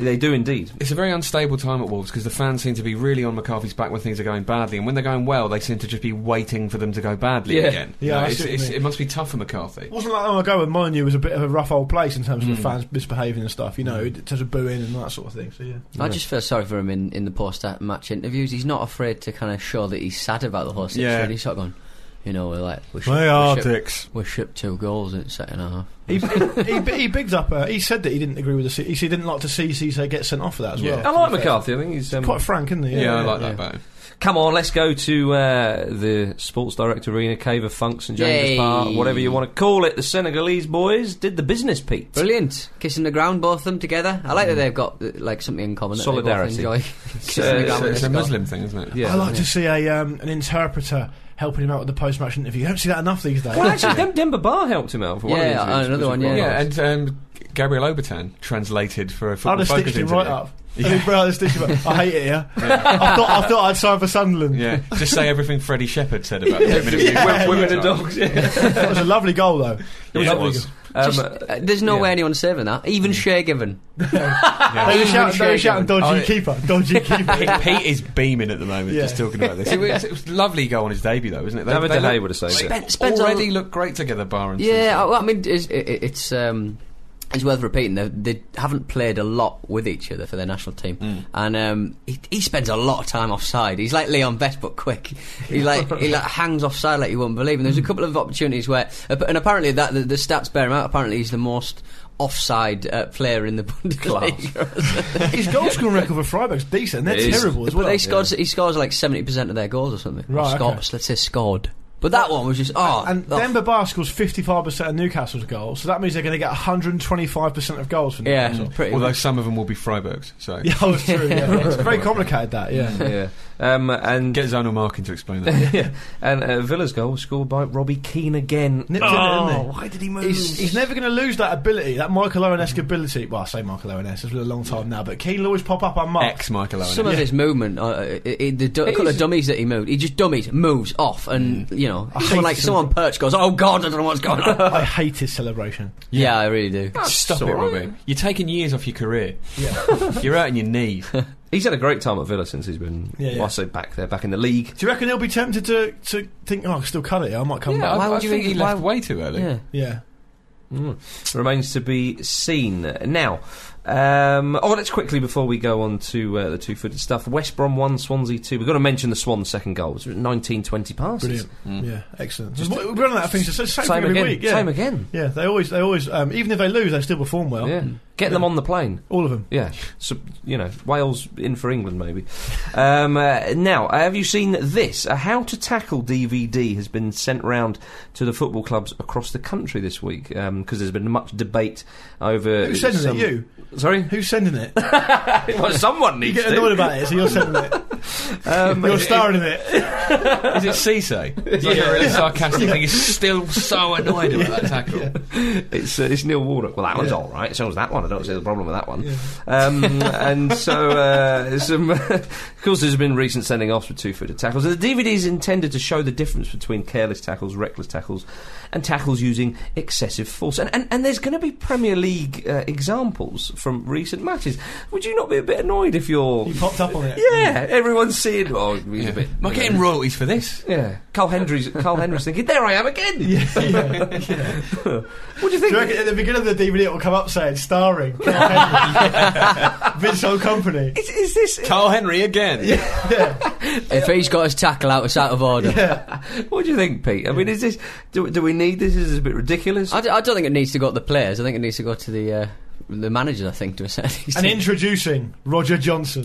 uh, they do indeed.
It's a very unstable time at Wolves because the fans seem to be really on McCarthy's back when things are going badly, and when they're going well, they seem to just be waiting for them to go badly
Yeah.
again.
Yeah, I
it's,
see what you
it's,
mean.
it must be tough for McCarthy.
It wasn't that long ago when Molyneux was a bit of a rough old place in terms of the fans misbehaving and stuff, you know, in terms of booing and that sort of thing. So, yeah.
I just feel sorry for him in, in the post match interviews. He's not afraid to kind of show that he's sad about the whole situation.
Yeah.
He's sort of going, you know, we're like we should, we should,
dicks.
we shipped two goals in the second half.
He, he, he, he bigged up, uh, he said that he didn't agree with the, C- he said he didn't like to see Cissé get sent off for that as
Yeah.
well.
I like McCarthy. I think he's um,
Quite frank, isn't he?
Yeah, I like that better.
Come on, let's go to uh, the Sports Direct Arena, Cave of Funk, St James's
Yay.
Park, whatever you want to call it. The Senegalese boys did the business, Pete.
Brilliant, kissing the ground, both of them together. I like that they've got uh, like something in common. That
Solidarity.
They both enjoy kissing
uh,
the
It's,
ground.
a- it's a
with the
Muslim thing, isn't it?
Yeah.
I like to see a um, an interpreter helping him out with the post match interview. You don't see that enough these days.
well, actually, Dem- Demba Bar helped him out for one of the
Yeah, oh,
interviews,
another
which was
one, yeah.
quite
Yeah,
nice.
and um, Gabriel Obertan translated for a
I'd
football
have
focus
stitched him
interview.
right up. I, mean, bro, I'd have stitched him up. I hate it here. I, thought, I thought I'd sign for Sunderland.
Yeah, just say everything Freddie Shepherd said about the women,
yeah,
Women
women, women
and dogs. Yeah.
That was a lovely goal, though.
Yeah, it was.
Um,
Just,
uh,
uh, there's no
yeah.
way anyone's saving that. Even Shea Given.
They were shouting, they were shouting dodgy
Oh, yeah.
keeper, dodgy keeper.
Pete, Pete is beaming at the moment
Yeah.
just talking about this. It was, it was lovely goal on his debut, though, isn't it?
David De Gea
look-
would have saved it.
Spen- Spence
already look great together, Bar and
Yeah, I,
Simpson.
well, I mean, it's, it, it- it's um, it's worth repeating. They, they haven't played a lot with each other for their national team,
Hmm.
and um, he, he spends a lot of time offside. He's like Leon Best, but quick. He like he like hangs offside like you wouldn't believe. And there's
Hmm.
a couple of opportunities where, uh, and apparently that the, the stats bear him out. Apparently he's the most offside uh, player in the Bundesliga.
His goal scoring record for Freiburg's decent. They're
It is.
terrible as
but
well.
they scores, he scores like seventy percent of their goals or something. Or
Right,
scores,
okay.
let's say scored. But that one was just oh,
and
oh,
Denver Bar scores 55% of Newcastle's goals, so that means they're going to get 125% of goals from
yeah,
Newcastle.
pretty.
Although some of them will be Freiburg's, so
Yeah, that's true. Yeah. It's very complicated, that, yeah.
yeah. Um, and
get Zonal Markin to explain that.
yeah. and uh, Villa's goal was scored by Robbie Keane again.
Nipped
oh,
in it, didn't he?
why did he move?
He's, he's never going to lose that ability, that Michael Owen
Mm-hmm.
esque ability. Well, I say Michael Owen esque, it's been a long time now, but Keane will always pop up unmarked.
Ex Michael Owen.
Some of his movement, uh, uh, i- i- the du- couple of dummies that he moved, he just dummies, moves off, and you know, someone
Mm. hate
like
this
someone perched goes, "Oh God, I don't know what's going on." yeah.
I hate his celebration.
I really do.
Stop
Sorry.
it, Robbie. You're taking years off your career. Yeah. You're out on your knees.
He's had a great time at Villa since he's been.
Yeah, yeah.
Well, I say back there, back in the league.
Do you reckon he'll be tempted to, to think, oh, I can still cut it, here, I might come
Yeah,
back?
Why
I,
would
I
you
think he
think- why-
left way too early.
Yeah,
Yeah.
Mm. Remains to be seen. Now, um, oh, let's quickly before we go on to uh, the two-footed stuff. West Brom one, Swansea two. We've got to mention the Swan second goal. It was 19-20 passes.
Brilliant. Yeah, excellent. Just, we're on that thing, so it's the same,
Same
thing every
again.
week. Yeah.
Same again.
Yeah, they always, they always, um, even if they lose, they still perform well.
Yeah. Get them on the plane.
All of them.
Yeah, so, you know, Wales in for England maybe. Um, uh, now, uh, have you seen this? A How to Tackle DVD has been sent round to the football clubs across the country this week because there's been much debate over.
Who's sending
some-
it? You?
Sorry,
Who's sending it?
well, someone
you
needs
get
to.
annoyed about it, so you're sending it.
Um,
You're starring in it.
Is it Cisse? It's like a really sarcastic thing. He's still so annoyed about that tackle.
it's uh, it's Neil Warnock. Well, that one's
Yeah.
all right. So was that one. I don't see the problem with that one. Um, and so, uh, some of course, there's been recent sending offs for two-footed tackles. The DVD is intended to show the difference between careless tackles, reckless tackles, and tackles using excessive force. And and, and there's going to be Premier League uh, examples from recent matches. Would you not be a bit annoyed if you're?
You popped up on it.
Yeah, everyone's seeing. Oh, he's a bit.
Am I getting royalties for this?
Yeah, Carl Hendry's Carl Hendry's thinking, "There I am again." what do you think?
Do you reckon at the beginning of the DVD it will come up saying starring Carl Henry, Vince Old Company?
Is, is this?
Carl Henry again.
If he's got his tackle out, it's out of order.
What do you think, Pete? I mean, is this? Do, do we need this? Is this a bit ridiculous?
I, d- I don't think it needs to go to the players. I think it needs to go to the uh, the managers. I think to a certain extent.
And introducing Roger Johnson.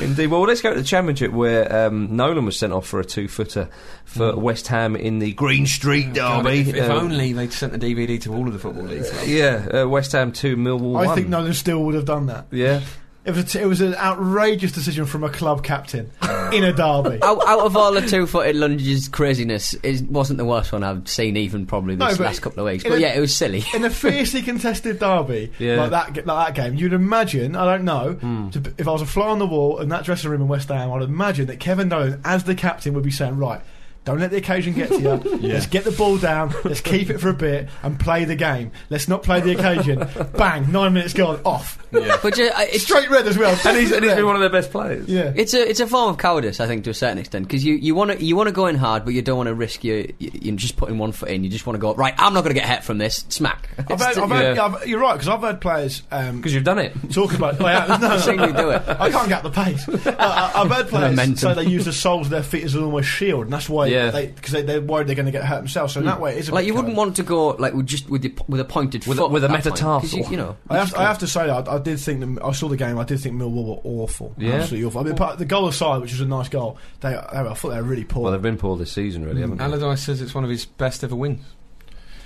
Indeed. Well, let's go to the championship where um, Nolan was sent off for a two-footer for West Ham in the Green Street
God,
derby.
if, if
Uh,
only they'd sent the DVD to all of the football leagues.
Yeah, uh, West Ham two, Millwall
I
one.
think Nolan still would have done that.
Yeah.
It was, a t- it was an outrageous decision from a club captain in a derby.
out, out of all the two-footed lunges craziness, it wasn't the worst one I've seen. Even probably
No,
this
but
last couple of weeks.
in
But
a-
yeah, it was silly.
in a fiercely contested derby
Yeah.
like that, ga- like that game, you'd imagine. I don't know. To, b- if I was a fly on the wall in that dressing room in West Ham, I'd imagine that Kevin Nolan, as the captain, would be saying, "Right, don't let the occasion get to you. Let's get the ball down. Let's keep it for a bit and play the game. Let's not play the occasion. Bang! Nine minutes gone. Off.
But ju- I- it's
Straight red as well.
And he's, and he's
Straight
been
red.
one of their best players.
Yeah.
It's a it's a form of cowardice, I think, to a certain extent, because you, you want to you want to go in hard, but you don't want to risk your you, you just putting one foot in. You just want to go right. I'm not going to get hit from this. Smack.
I've heard, I've
Yeah.
heard, yeah, I've, you're right because I've heard players um,
Because you've done it.
talking about. Oh, yeah, no, no,
Seen me do it.
I can't get the pace. I, I, I've heard players
Momentum.
say they use the soles of their feet as an almost shield, and that's why
Yeah.
they because they, they're worried they're going to get hurt themselves. So in that way, it is a
like
bit
you wouldn't
coward.
want to go like with just with your, p- with a pointed
With a-
foot
with a
at that point, 'cause
metatarsal.
You, you know,
I have, to, I have to say that I, I did think them, I saw the game. I did think Millwall were awful,
Yeah.
absolutely awful. I mean, part, the goal aside, which was a nice goal, they, they were, I thought they were really poor.
Well, they've been poor this season, really, haven't they?
Allardyce says it's one of his best ever wins.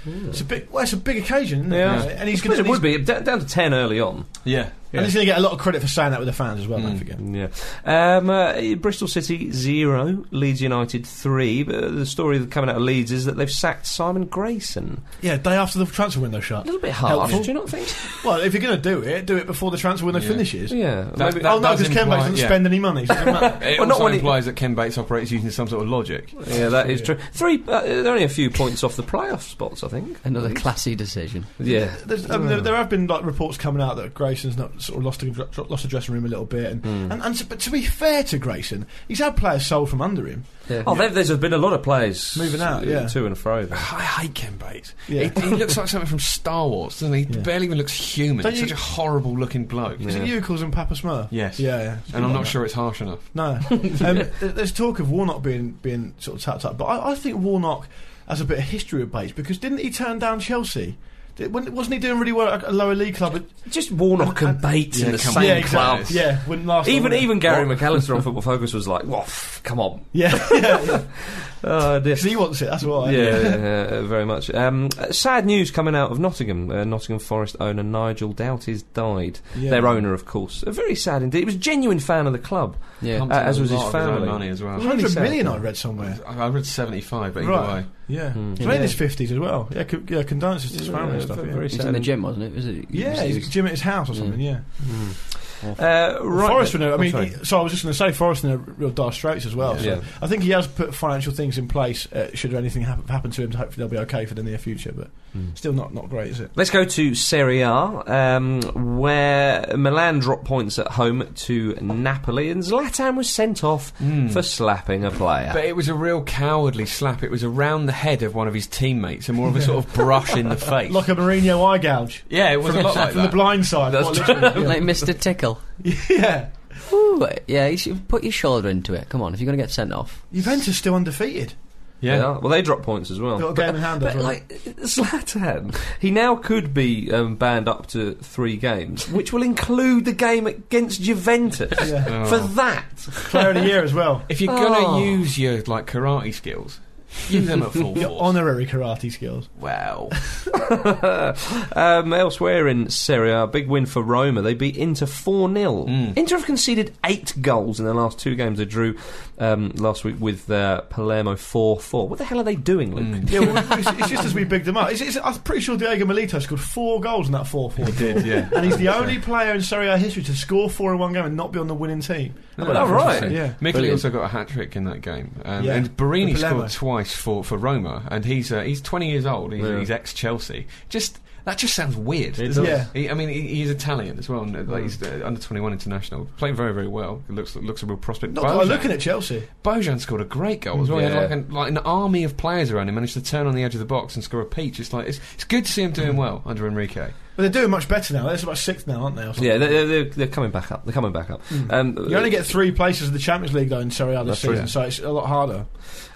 it's a big, well, it's a big occasion, isn't it?
Yeah.
And he's
I suppose
going
it would be
to
d- down to ten early on.
Yeah.
and he's going to get a lot of credit for saying that with the fans as well.
Mm.
Don't forget.
Yeah. Um, uh, Bristol City zero, Leeds United three. But uh, the story that coming out of Leeds is that they've sacked Simon Grayson.
Yeah, day after the transfer window
A
shut.
little bit harsh,
Helpful.
do you not think?
well, if you're going to do it, do it before the transfer window
Yeah.
finishes.
Yeah.
That-
maybe-
that-
oh no,
does
because Ken
imply-
Bates doesn't
yeah.
spend any money. So it doesn't matter.
It
Well, not
also
when he-
implies that Ken Bates operates using some sort of logic.
yeah, that is true. Three. Uh, they're only a few points off the playoff spots, I think.
Mm-hmm.
another classy decision.
Yeah.
There's, I mean, there, there have been like reports coming out that Grayson's not sort of lost the, lost the dressing room a little bit, and,
Hmm.
and, and to, but to be fair to Grayson, he's had players sold from under him.
Oh, there- there's been a lot of plays
Moving out,
uh,
yeah.
to and fro. there.
I hate Ken Bates.
Yeah.
He, he looks like something from Star Wars, doesn't he? He
Yeah.
barely even looks human.
Don't
He's
you-
Such a horrible looking bloke.
Is it you who calls him Papa Smurf?
Yes. Um,
Yeah, yeah.
And I'm not sure it's harsh enough.
No. Um, there- There's talk of Warnock being being sort of tapped up, but I, I think Warnock has a bit of history with Bates because didn't he turn down Chelsea? Did, wasn't wasn't he doing really well at a lower league club?
Just Warnock and,
And-
Bates in
Yeah,
the
come
same
on. Yeah,
club.
exactly.
Yeah, wouldn't last.
Even
long,
even Gary McAllister on Football Focus was like, "Whoa, pff, come on!"
Yeah, yeah, yeah.
Oh, dear.
'Cause he wants it. That's why.
yeah, yeah, yeah, very much. Um, uh, sad news coming out of Nottingham. Uh, Nottingham Forest owner Nigel Doughty's died.
Yeah.
Their owner, of course. Uh, very sad indeed. He was a genuine fan of the club.
Yeah.
Pumped
Uh,
in
as
a
was his
lot of own
family.
money as well.
Really
Hundred
sad,
million,
yeah.
I read somewhere.
I I read 75, but either
Right.
way.
Yeah.
Hmm.
So in his fifties as well. Yeah, co- yeah condolences to his family and
Uh,
stuff.
ve-
Yeah,
Very
He was
sad.
in the gym, wasn't it? Was it?
yeah
he
he's
was-
gym at his house or something. Yeah.
Uh, right.
Forrest,
then.
were in a- I
Oh,
mean,
sorry.
he- so I was just going to say, Forrest in a real dire straits as well.
Yeah.
So I think he has put financial things in place. Uh, should anything happen, happen to him, hopefully they'll be okay for the near future. But
Hmm.
still, not not great, is it?
Let's go to Serie A, um, where Milan dropped points at home to Napoli, and Zlatan was sent off
Hmm.
for slapping a player.
Hmm. But it was a real cowardly slap. It was around the head of one of his teammates and more of a sort of brush in the face.
Like a Mourinho eye gouge
yeah, it was
from,
a lot like that.
from the blind side.
That's
quite literally,
Like Mr. Tickle.
yeah. yeah,
Ooh, yeah, you should put your shoulder into it. Come on, if you're going to get sent off.
Juventus still undefeated.
Yeah.
They are. Well, they drop points as well.
Got a
But-
game in hand.
But
as well.
like Zlatan, he now could be um, banned up to three games, which will include the game against Juventus.
yeah.
Oh.
For that,
player of the year as well.
if you're gonna
Oh.
use your like karate skills, use them at full
Your
force.
honorary karate skills.
Wow.
um, elsewhere in Serie A, big win for Roma. They beat Inter 4 0.
Mm.
Inter have conceded eight goals in their last two games. They drew um, last week with uh, Palermo 4 4. What the hell are they doing, Luke?
Mm.
Yeah, well, it's, it's just as we bigged them up. It's, it's, I'm pretty sure Diego Milito scored four goals in that 4 4.
He did, yeah.
And he's the only player in Serie A history to score four in one game and not be on the winning team.
No,
Oh,
that's
right.
interesting.
Yeah.
Michele
Brilliant.
also got a hat trick in that game, um,
Yeah.
and Barini
For Palermo.
scored twice for, for Roma, and he's uh, he's 20 years old. He's,
Yeah.
he's ex Chelsea. Just that just sounds weird.
It
doesn't
does.
He, I mean, he, he's Italian as well. And, uh, like,
Hmm.
he's uh, under 21 international, playing very very well. Looks looks a real prospect.
Not that I'm looking at Chelsea.
Bojan scored a great goal as well. He
Yeah.
had like an, like an army of players around him. Managed to turn on the edge of the box and score a peach. It's like it's, it's good to see him
Hmm.
doing well under Enrique.
But they're doing much better now. They're about sixth now, aren't they? or something?
Yeah, they're, they're, they're coming back up. They're coming back up. Um,
You only get three places in the Champions League, though, in Serie A
That's
this
true.
season, so it's a lot harder.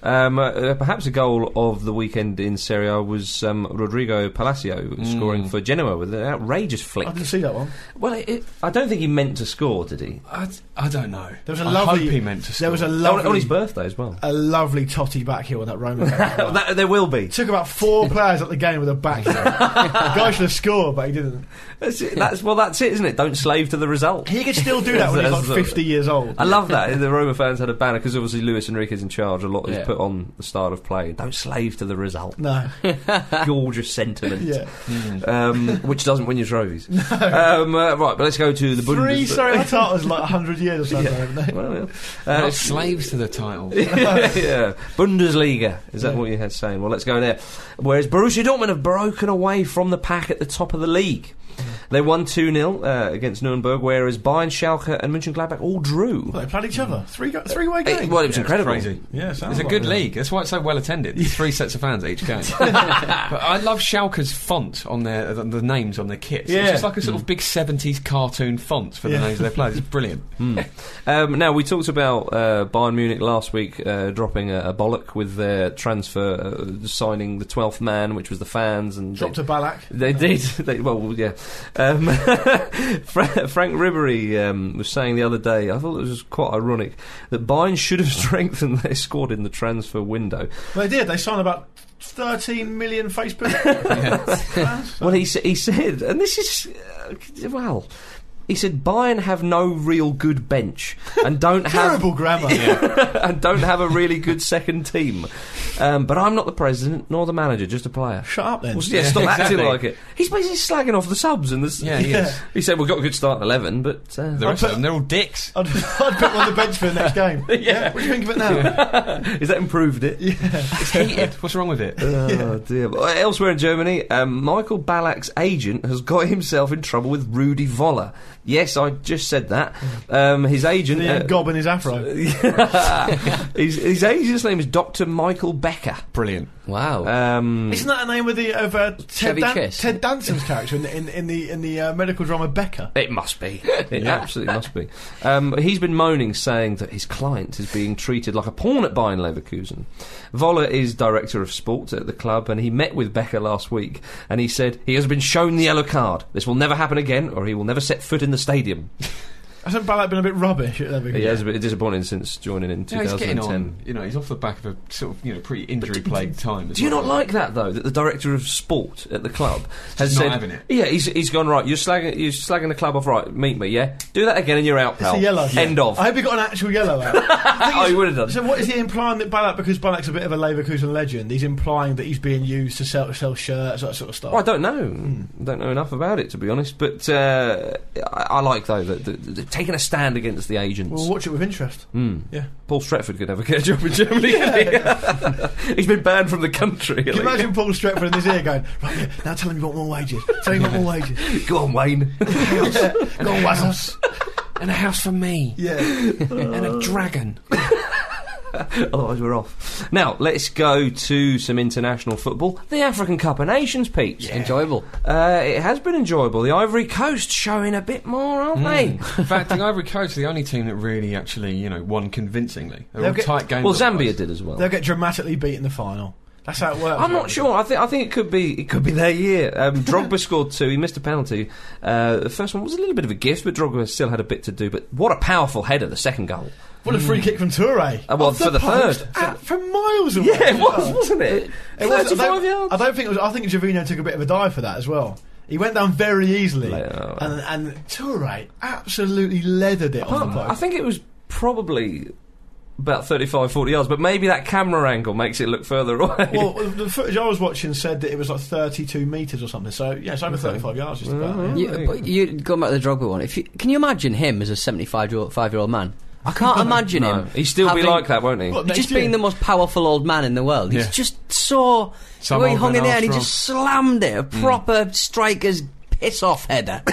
Um, uh, perhaps a goal of the weekend in Serie A was um, Rodrigo Palacio scoring for Genoa with an outrageous flick.
I didn't see that one.
Hmm. Well, it, it, I don't think he meant to score, did he?
I, d- I don't know.
There was a
I
lovely-
hope he meant to score.
There was a
On, on his
lovely,
birthday as well.
a lovely totty back heel on that Roman. game.
That- there will be.
It took about four players at the game with a back heel. the guy should have scored, but he didn't.
That's, it. that's well, that's it, isn't it? Don't slave to the result.
He could still do that when he's
That's
like
the-
50 years old.
I love that. The Roma fans had a banner because obviously Luis Enrique's in charge. A lot is
Yeah.
put on the style of play. Don't slave to the result.
No.
Gorgeous sentiment.
Yeah.
um, which doesn't win you trophies. um, uh, right, but let's go to the
Three
Bundesliga.
Serie A titles in like 100 years or something, haven't they?
Well, yeah.
Not
Uh,
slaves to the title.
yeah, Bundesliga. Is that what you had saying? Well, let's go there. Whereas Borussia Dortmund have broken away from the pack at the top of the league. They won 2 0 uh, against Nuremberg, whereas Bayern, Schalke, and Mönchengladbach all drew.
Well, they played each other. Three go- three way game.
It, well, it was
Yeah,
incredible.
Crazy.
yeah, sounds
It's a
like
good
it.
league. That's why it's so well attended. Three sets of fans at each game. but I love Schalke's font on their the, the names on their kits.
Yeah.
It's just like a sort of big seventies cartoon font for the
Yeah.
names of their players. It's brilliant.
Um, now, we talked about uh, Bayern Munich last week uh, dropping a, a bollock with their transfer, uh, signing the 12th man, which was the fans. and
Dropped a Balak.
They did. They, well, yeah. Um, Fra- Frank Ribery um, was saying the other day, I thought it was quite ironic, that Bayern should have strengthened their squad in the transfer window.
They did. They signed about 13 million Facebook fans.
Well, he, s- he said, and this is, uh, well, he said Bayern have no real good bench and don't have
Terrible grammar.
and don't have a really good second team. Um, but I'm not the president nor the manager, just a player.
Shut up then.
Well, yeah,
Yeah,
stop acting
exactly.
like it. He's basically slagging off the subs, and this,
Yeah, he is.
he said we've got a good start at eleven, but uh,
The rest of them, they're all dicks.
I'd, I'd put him on the bench for the next game. yeah. What do you think of it now?
Is that improved it?
It's heated. What's wrong with it?
Oh dear. Well, Elsewhere in Germany, um, Michael Ballack's agent has got himself in trouble with Rudy Voller. Yes, I just said that. Um, his agent.
The
uh,
gob in his afro.
his, his agent's name is Dr. Michael Becker.
Brilliant.
Wow.
Um,
Isn't that the name of the of uh, Ted,
Chevy
Dan-
Chase.
Ted Danson's character in the, in, in the in the uh, medical drama Becca?
it must be. It absolutely must be. Um, he's been moaning, saying that his client is being treated like a pawn at Bayern Leverkusen. Voller is director of sport at the club, and he met with Becker last week, and he said he has been shown the yellow card. This will never happen again, or he will never set foot in the stadium.
Hasn't Balak been a bit rubbish at Leverkusen?
He has a bit disappointing since joining in
Yeah, he's getting
2010.
on. You know, he's off the back of a sort of you know pretty injury plagued time. as
Do you
well.
not like that though? That the director of sport at the club has
just not
said,
having it.
"Yeah, he's, he's gone right. You're slagging you're slagging the club off. Right, meet me. Yeah, do that again, and you're out,
It's
pal.
a yellow.
End of.
I hope he got an actual yellow out.
oh, you would have done.
so what is he implying that Balak, because Balak's a bit of a Leverkusen legend, he's implying that he's being used to sell sell shirts, that sort of stuff.
Well, Oh, I don't know.
Hmm.
I don't know enough about it to be honest. But uh, I, I like though that, that, that taking a stand against the agents.
We'll watch it with interest.
Mm.
Yeah.
Paul Stretford could never get a job in Germany. could he? he's been banned from the country.
Can you imagine Paul Stretford in his ear going, right, yeah, now tell him you want more wages. Tell him you want more wages.
Go on, Wayne.
Go on, Wazzles.
And a house for me.
Yeah.
And a dragon.
Otherwise, Oh, we're off. Now, let's go to some international football. The African Cup of Nations, Pete.
Enjoyable.
Uh, it has been enjoyable. The Ivory Coast showing a bit more, aren't they?
Hmm.
In fact, the Ivory Coast are the only team that really actually, you know, won convincingly. They're
They'll
all
get-
tight games.
Well,
otherwise.
Zambia did as well.
They'll get dramatically beat in the final. That's how it works.
I'm not sure. I think I think it could be it could be their year. Um, Drogba scored two. He missed a penalty. Uh, the first one was a little bit of a gift, but Drogba still had a bit to do. But what a powerful header! The second goal.
What a free kick from Toure.
Uh, well,
Off
for the
post,
third.
at- from miles away.
Yeah, it was, wasn't it?
It was- I
Thirty-five
don't, I
yards.
don't think it was. I think Jovino took a bit of a dive for that as well. He went down very easily,
Like, oh,
and and Toure absolutely leathered it on the
I
post.
think it was probably about 35, 40 yards, but maybe that camera angle makes it look further away.
Well, the footage I was watching said that it was like 32 meters or something. So yeah, it's over 35 yards just about.
Mm-hmm.
yeah.
You, but you going back to the Drogba one. If you, can you imagine him as a seventy-five-year-old man? I can't imagine
no,
him.
he'll still be
having-
like that, won't he?
What, next
Just
year?
being the most powerful old man in the world. He's
Yeah.
just so.
Some
the way he
old
hung
man
in
Mm.
there and he
Armstrong.
just slammed it. A proper striker's piss off header.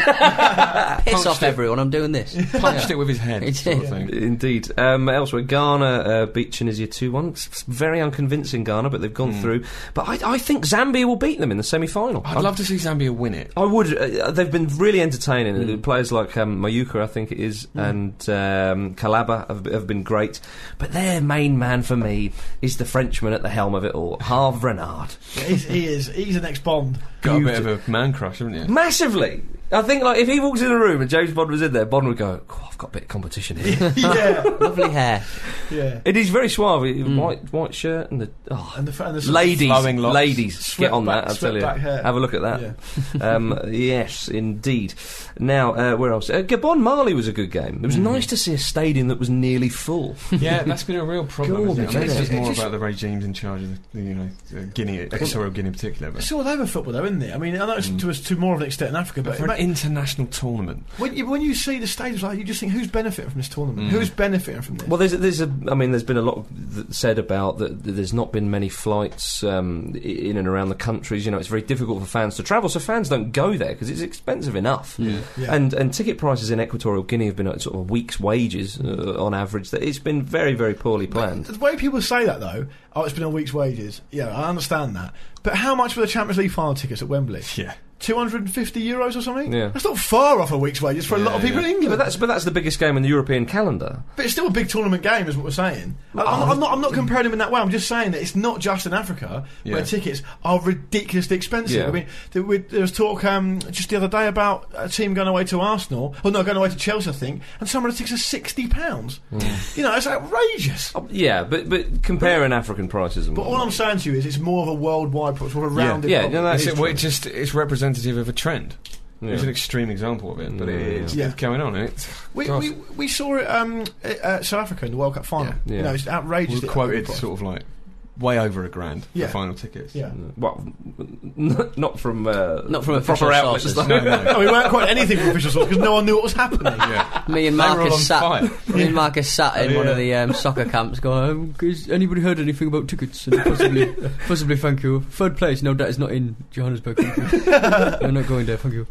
piss off everyone, I'm doing this.
Punched it with his head,
It
sort of
did.
thing.
Indeed. Um, elsewhere, Ghana uh, beat Tunisia 2 1. Very unconvincing, Ghana, but they've gone through. But I, I think Zambia will beat them in the semi final.
Hmm. I'd love to see Zambia win it.
I would. Uh, they've been really entertaining.
Hmm.
Players like um, Mayuka, I think it is, and um, Calaba have, have been great. But their main man for me is the Frenchman at the helm of it all, Harve Renard.
He's, he is. He's an ex-Bond.
Got a bit of a man crush, haven't you?
Massively. I think like if he walks in a room and James Bond was in there, Bond would go, oh, "I've got a bit of competition here."
yeah,
Lovely hair.
yeah.
it is very suave. he-
Hmm.
White white shirt and the oh,
And the, and the
ladies,
Flowing locks.
ladies, get on that.
back-
I tell
swept
you,
back hair.
have a look at that. um, yes, indeed. Now, uh, where else? Uh, Gabon Mali was a good game. It
Mm.
was nice to see a stadium that was nearly full.
yeah, that's been a real problem.
God,
isn't it? I mean,
yeah.
it's just
It
more
just-
about the regimes in charge of the, the you know uh, Guinea, Equatorial Guinea in particular. But
It's all over football, though, isn't it? I mean, I know it's
Mm.
to us to more of an extent in Africa, but,
for an
mate,
international tournament,
when, you, when you see the stadiums like, you just think, who's benefiting from this tournament? Who's benefiting from this?
Mm. Well, there's, there's a, I mean, there's been a lot th- said about that. that There's not been many flights um, i- in and around the countries. You know, it's very difficult for fans to travel, so fans don't go there because it's expensive enough.
Yeah.
And and ticket prices in Equatorial Guinea have been at sort of a week's wages uh, on average. That it's been very very poorly planned.
The way people say that, though, oh, it's been a week's wages. Yeah, I understand that. But how much were the Champions League final tickets at Wembley?
yeah,
250 euros or something?
Yeah.
That's not far off a week's wages for a lot of
Yeah,
people
yeah.
in
But
England.
that's but that's the biggest game in the European calendar.
But it's still a big tournament game, is what we're saying. I- I'm, not, I'm, not, I'm not comparing them in that way. I'm just saying that it's not just in Africa
Yeah.
where tickets are ridiculously expensive.
Yeah.
I mean, there, we, there was talk um, just the other day about a team going away to Arsenal, or no, going away to Chelsea, I think, and some of the tickets are sixty pounds. You know, it's outrageous.
Oh, Yeah, but but comparing African prices and
But all I'm saying to you is, it's more of a worldwide, pro- sort of
Yeah.
rounded.
Yeah,
problem.
no, no,
it's, it, well, it just it's representative of a trend. It's an extreme example of it, but it, it's,
Yeah.
it's going on. and It's,
we,
God,
we, we saw it um, at uh, South Africa in the World Cup final.
Yeah.
You know, it's outrageous.
we
the-
quoted sort of like way over a grand
Yeah.
for final tickets.
Yeah.
well, n- not from uh,
Not from
the
official
proper outlets.
sources.
though.
No, no.
No, we weren't quite anything from official source because no one knew what was happening.
yeah.
Me and
They were all on
Marcus sat.
fire.
Me and Marcus sat in
Oh,
one of the
yeah.
um, soccer camps. Going, um, has anybody heard anything about tickets? And possibly, possibly, thank you. Third place, no, that is not in Johannesburg. Thank you. I'm not going there. Thank you.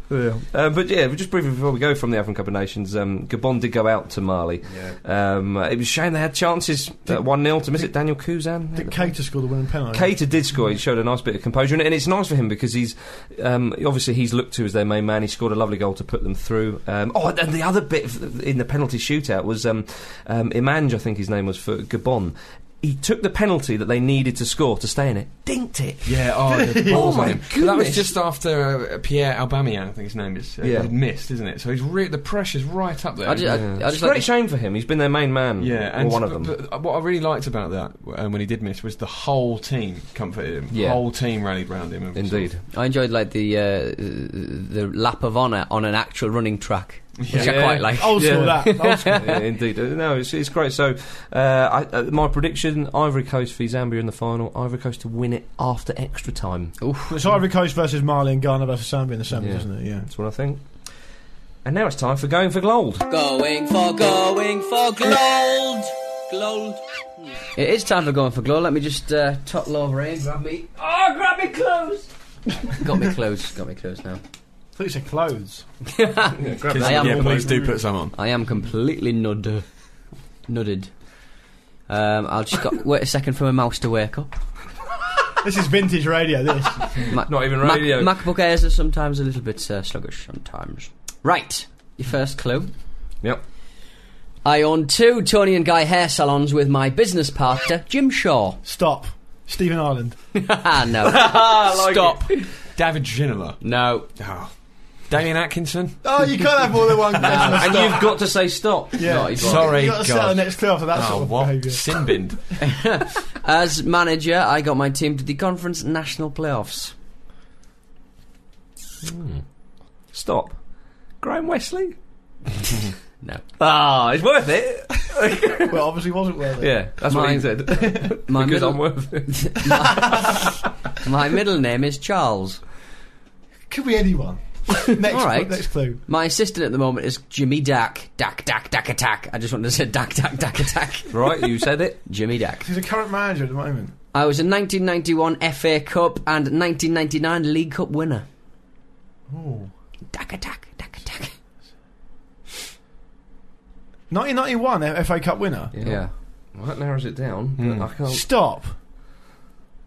Um, but yeah, just briefly before we go from the African Cup of Nations, um, Gabon did go out to Mali. Um, uh, it was a shame they had chances.
Did-
One 0 to miss it. Daniel Kuzan.
Did Cater score the winning penalty?
Cater did score. He showed a nice bit of composure, and, and it's nice for him because he's um, obviously he's looked to as their main man. He scored a lovely goal to put them through. Um, oh, and the other bit of- in the penalty shootout was um, um, Imanj, I think his name was for Gabon. He took the penalty that they needed to score to stay in it, dinked it.
Yeah, oh, the balls
my
on him. But That was
goodness.
just after uh, Pierre Aubameyang, I think his name is. Uh,
Yeah.
had missed, isn't it? So he's re- the pressure's right up there.
I just, I, I
It's
just
a
like
great shame for him. He's been their main man.
yeah,
Mm. or
and
one of
but-
them.
but what I really liked about that um, when he did miss was the whole team comforted him.
Yeah.
The whole team rallied round him. and was
Indeed.
I enjoyed like the uh, the lap of honour on an actual running track, which I
Yeah.
quite like.
Old school
Yeah.
that. Old school.
yeah, indeed. Uh, No, it's, it's great. So, uh, I, uh, my prediction: Ivory Coast v Zambia in the final. Ivory Coast to win it after extra time.
It's Ivory Coast versus Mali and Ghana versus Zambia in the semis,
Yeah.
isn't it? Yeah.
That's what I think. And now it's time for going for gold.
Going for going for gold, gold. It is time for going for gold. Let me just uh, tottle over here and grab me. Oh, grab me clothes. got me clothes. Got me clothes now.
I thought you said clothes.
Kids-
I am
yeah,
always-
please do put some on.
I am completely nud, nudded. Um, I'll just got, wait a second for my mouse to wake up.
This is vintage radio. This.
Ma-
Not even
Mac-
radio.
MacBook Airs are sometimes a little bit uh, sluggish. Sometimes. Right. Your first clue.
Yep.
I own two Tony and Guy hair salons with my business partner, Jim Shaw.
Stop. Stephen Ireland.
Ah, no. Stop.
David Ginola.
No.
Ah.
Oh. Damien Atkinson.
Oh, you can't have more than one.
and
question.
you've got to say stop.
yeah.
No, he's
Sorry.
You got to set
God.
the next clue after that
Oh,
sort of
what?
behaviour.
Sinbind.
As manager, I got my team to the conference national playoffs.
Stop. Graham Wesley?
No.
Ah, it's worth it.
Well, obviously wasn't worth it.
Yeah, that's what he
Mine-
said.
My
because
middle,
I'm worth it.
my middle name is Charles.
Could be anyone. next,
All right.
next clue.
My assistant at the moment is Jimmy Dak. Dak, Dak, Dak Attack. I just wanted to say Dak, Dak, Dak Attack.
Right, you said it.
Jimmy Dak.
He's a current manager at the moment.
I was a 1991 FA Cup and 1999 League Cup winner.
Oh.
Dak Attack, Dak Attack.
1991 FA Cup winner.
Yeah.
Well, that narrows it down, but
Hmm.
I can't.
Stop.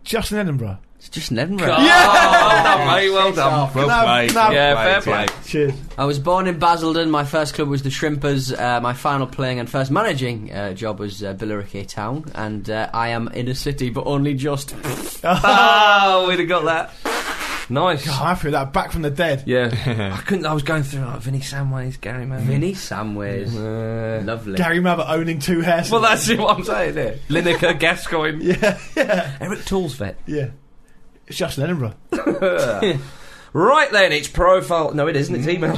Justin Edinburgh.
It's just an Edinburgh.
Yeah! Oh, well done, mate, well done.
Well
No,
played.
no.
Yeah, fair
well
play.
yeah.
Cheers.
I was born in Basildon. My first club was the Shrimpers. Uh, my final playing and first managing uh, job was uh, Billericay Town, and uh, I am in a city, but only just.
Oh, we'd have got that. Nice.
God, I'm happy with that. Back from the dead.
Yeah. I couldn't. I was going through like Vinnie Samways, Gary Mann.
Vinny Samways,
Uh,
lovely.
Gary Mabber owning two hair
well,
salons.
that's it, what I'm saying there. Lineker, Gascoigne.
Yeah, yeah,
Eric Toolsvet.
yeah. It's Justin Edinburgh.
Right then, it's profile. No, it isn't. It's email.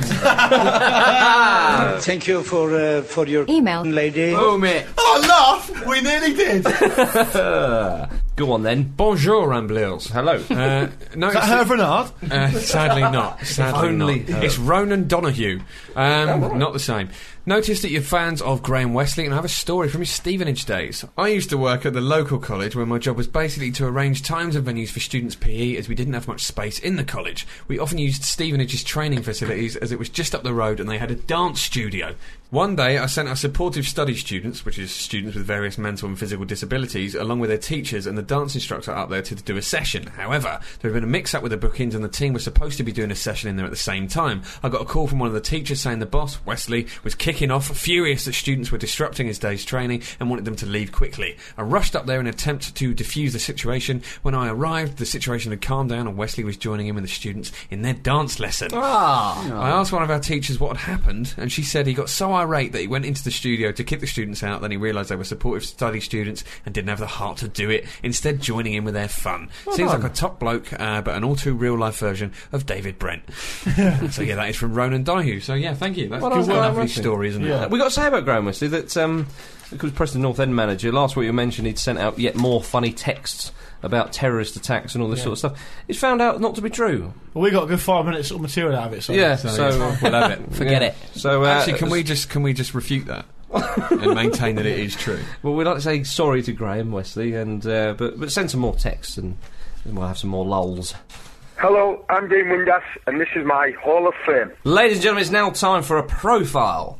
Thank you for uh, for your
Email.
lady.
Boom it.
Oh, laugh! We nearly did. Is
Go on then.
Bonjour, Ramblers.
Hello.
Uh, no,
that Herb Renard?
Uh, sadly not. Sadly
only
not. Uh, It's Ronan Donahue. Um, Not the same. Notice that you're fans of Graham Wesley, and I have a story from his Stevenage days. I used to work at the local college where my job was basically to arrange times and venues for students' PE as we didn't have much space in the college. We often used Stevenage's training facilities as it was just up the road and they had a dance studio. One day, I sent our supportive study students, which is students with various mental and physical disabilities, along with their teachers and the dance instructor up there to do a session. However, there had been a mix up with the bookings, and the team was supposed to be doing a session in there at the same time. I got a call from one of the teachers saying the boss, Wesley, was kicking off, furious that students were disrupting his day's training and wanted them to leave quickly. I rushed up there in an attempt to defuse the situation. When I arrived, the situation had calmed down, and Wesley was joining him and the students in their dance lesson.
Ah,
I asked one of our teachers what had happened, and she said he got so irate that he went into the studio to kick the students out. Then he realised they were supportive study students and didn't have the heart to do it, instead, joining in with their fun. Seems like a top bloke, uh, but an all too real life version of David Brent. so, yeah, that is from Ronan Donoghue. So, yeah, thank you. That's
Well
good
done,
work.
Graham
lovely
Russell.
story, isn't
Yeah.
it?
we got to say about Graham Wesley that um, because Preston North End manager last week you mentioned he'd sent out yet more funny texts about terrorist attacks and all this sort of stuff. It's found out not to be true.
Well, we got a good five minutes of material out of it. So uh,
yeah. So,
So, yeah, we'll have it.
Forget
yeah.
it.
So uh,
Actually, can we just can we just refute that and maintain that it is true?
Well, we'd like to say sorry to Graham Wesley, and uh, but but send some more texts and. and We'll have some more lulls.
Hello, I'm Dean Windass, and this is my Hall of Fame.
Ladies and gentlemen, it's now time for a profile.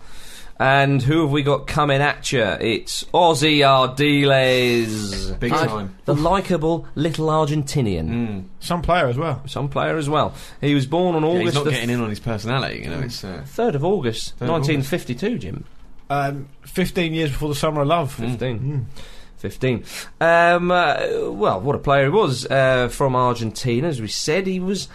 And who have we got coming at you? It's Aussie Ardiles.
Big
I-
time.
The likeable little Argentinian.
Mm.
some player as well.
some player as well. He was born on
Mm. Yeah,
August
he's not
the
getting in on his personality, you know. It's uh,
3rd of August,
Third of
1952, Jim.
Um, Fifteen years before the summer of love.
Hmm.
Mm.
15. 15. Um, uh, well, what a player he was uh, from Argentina, as we said. He was,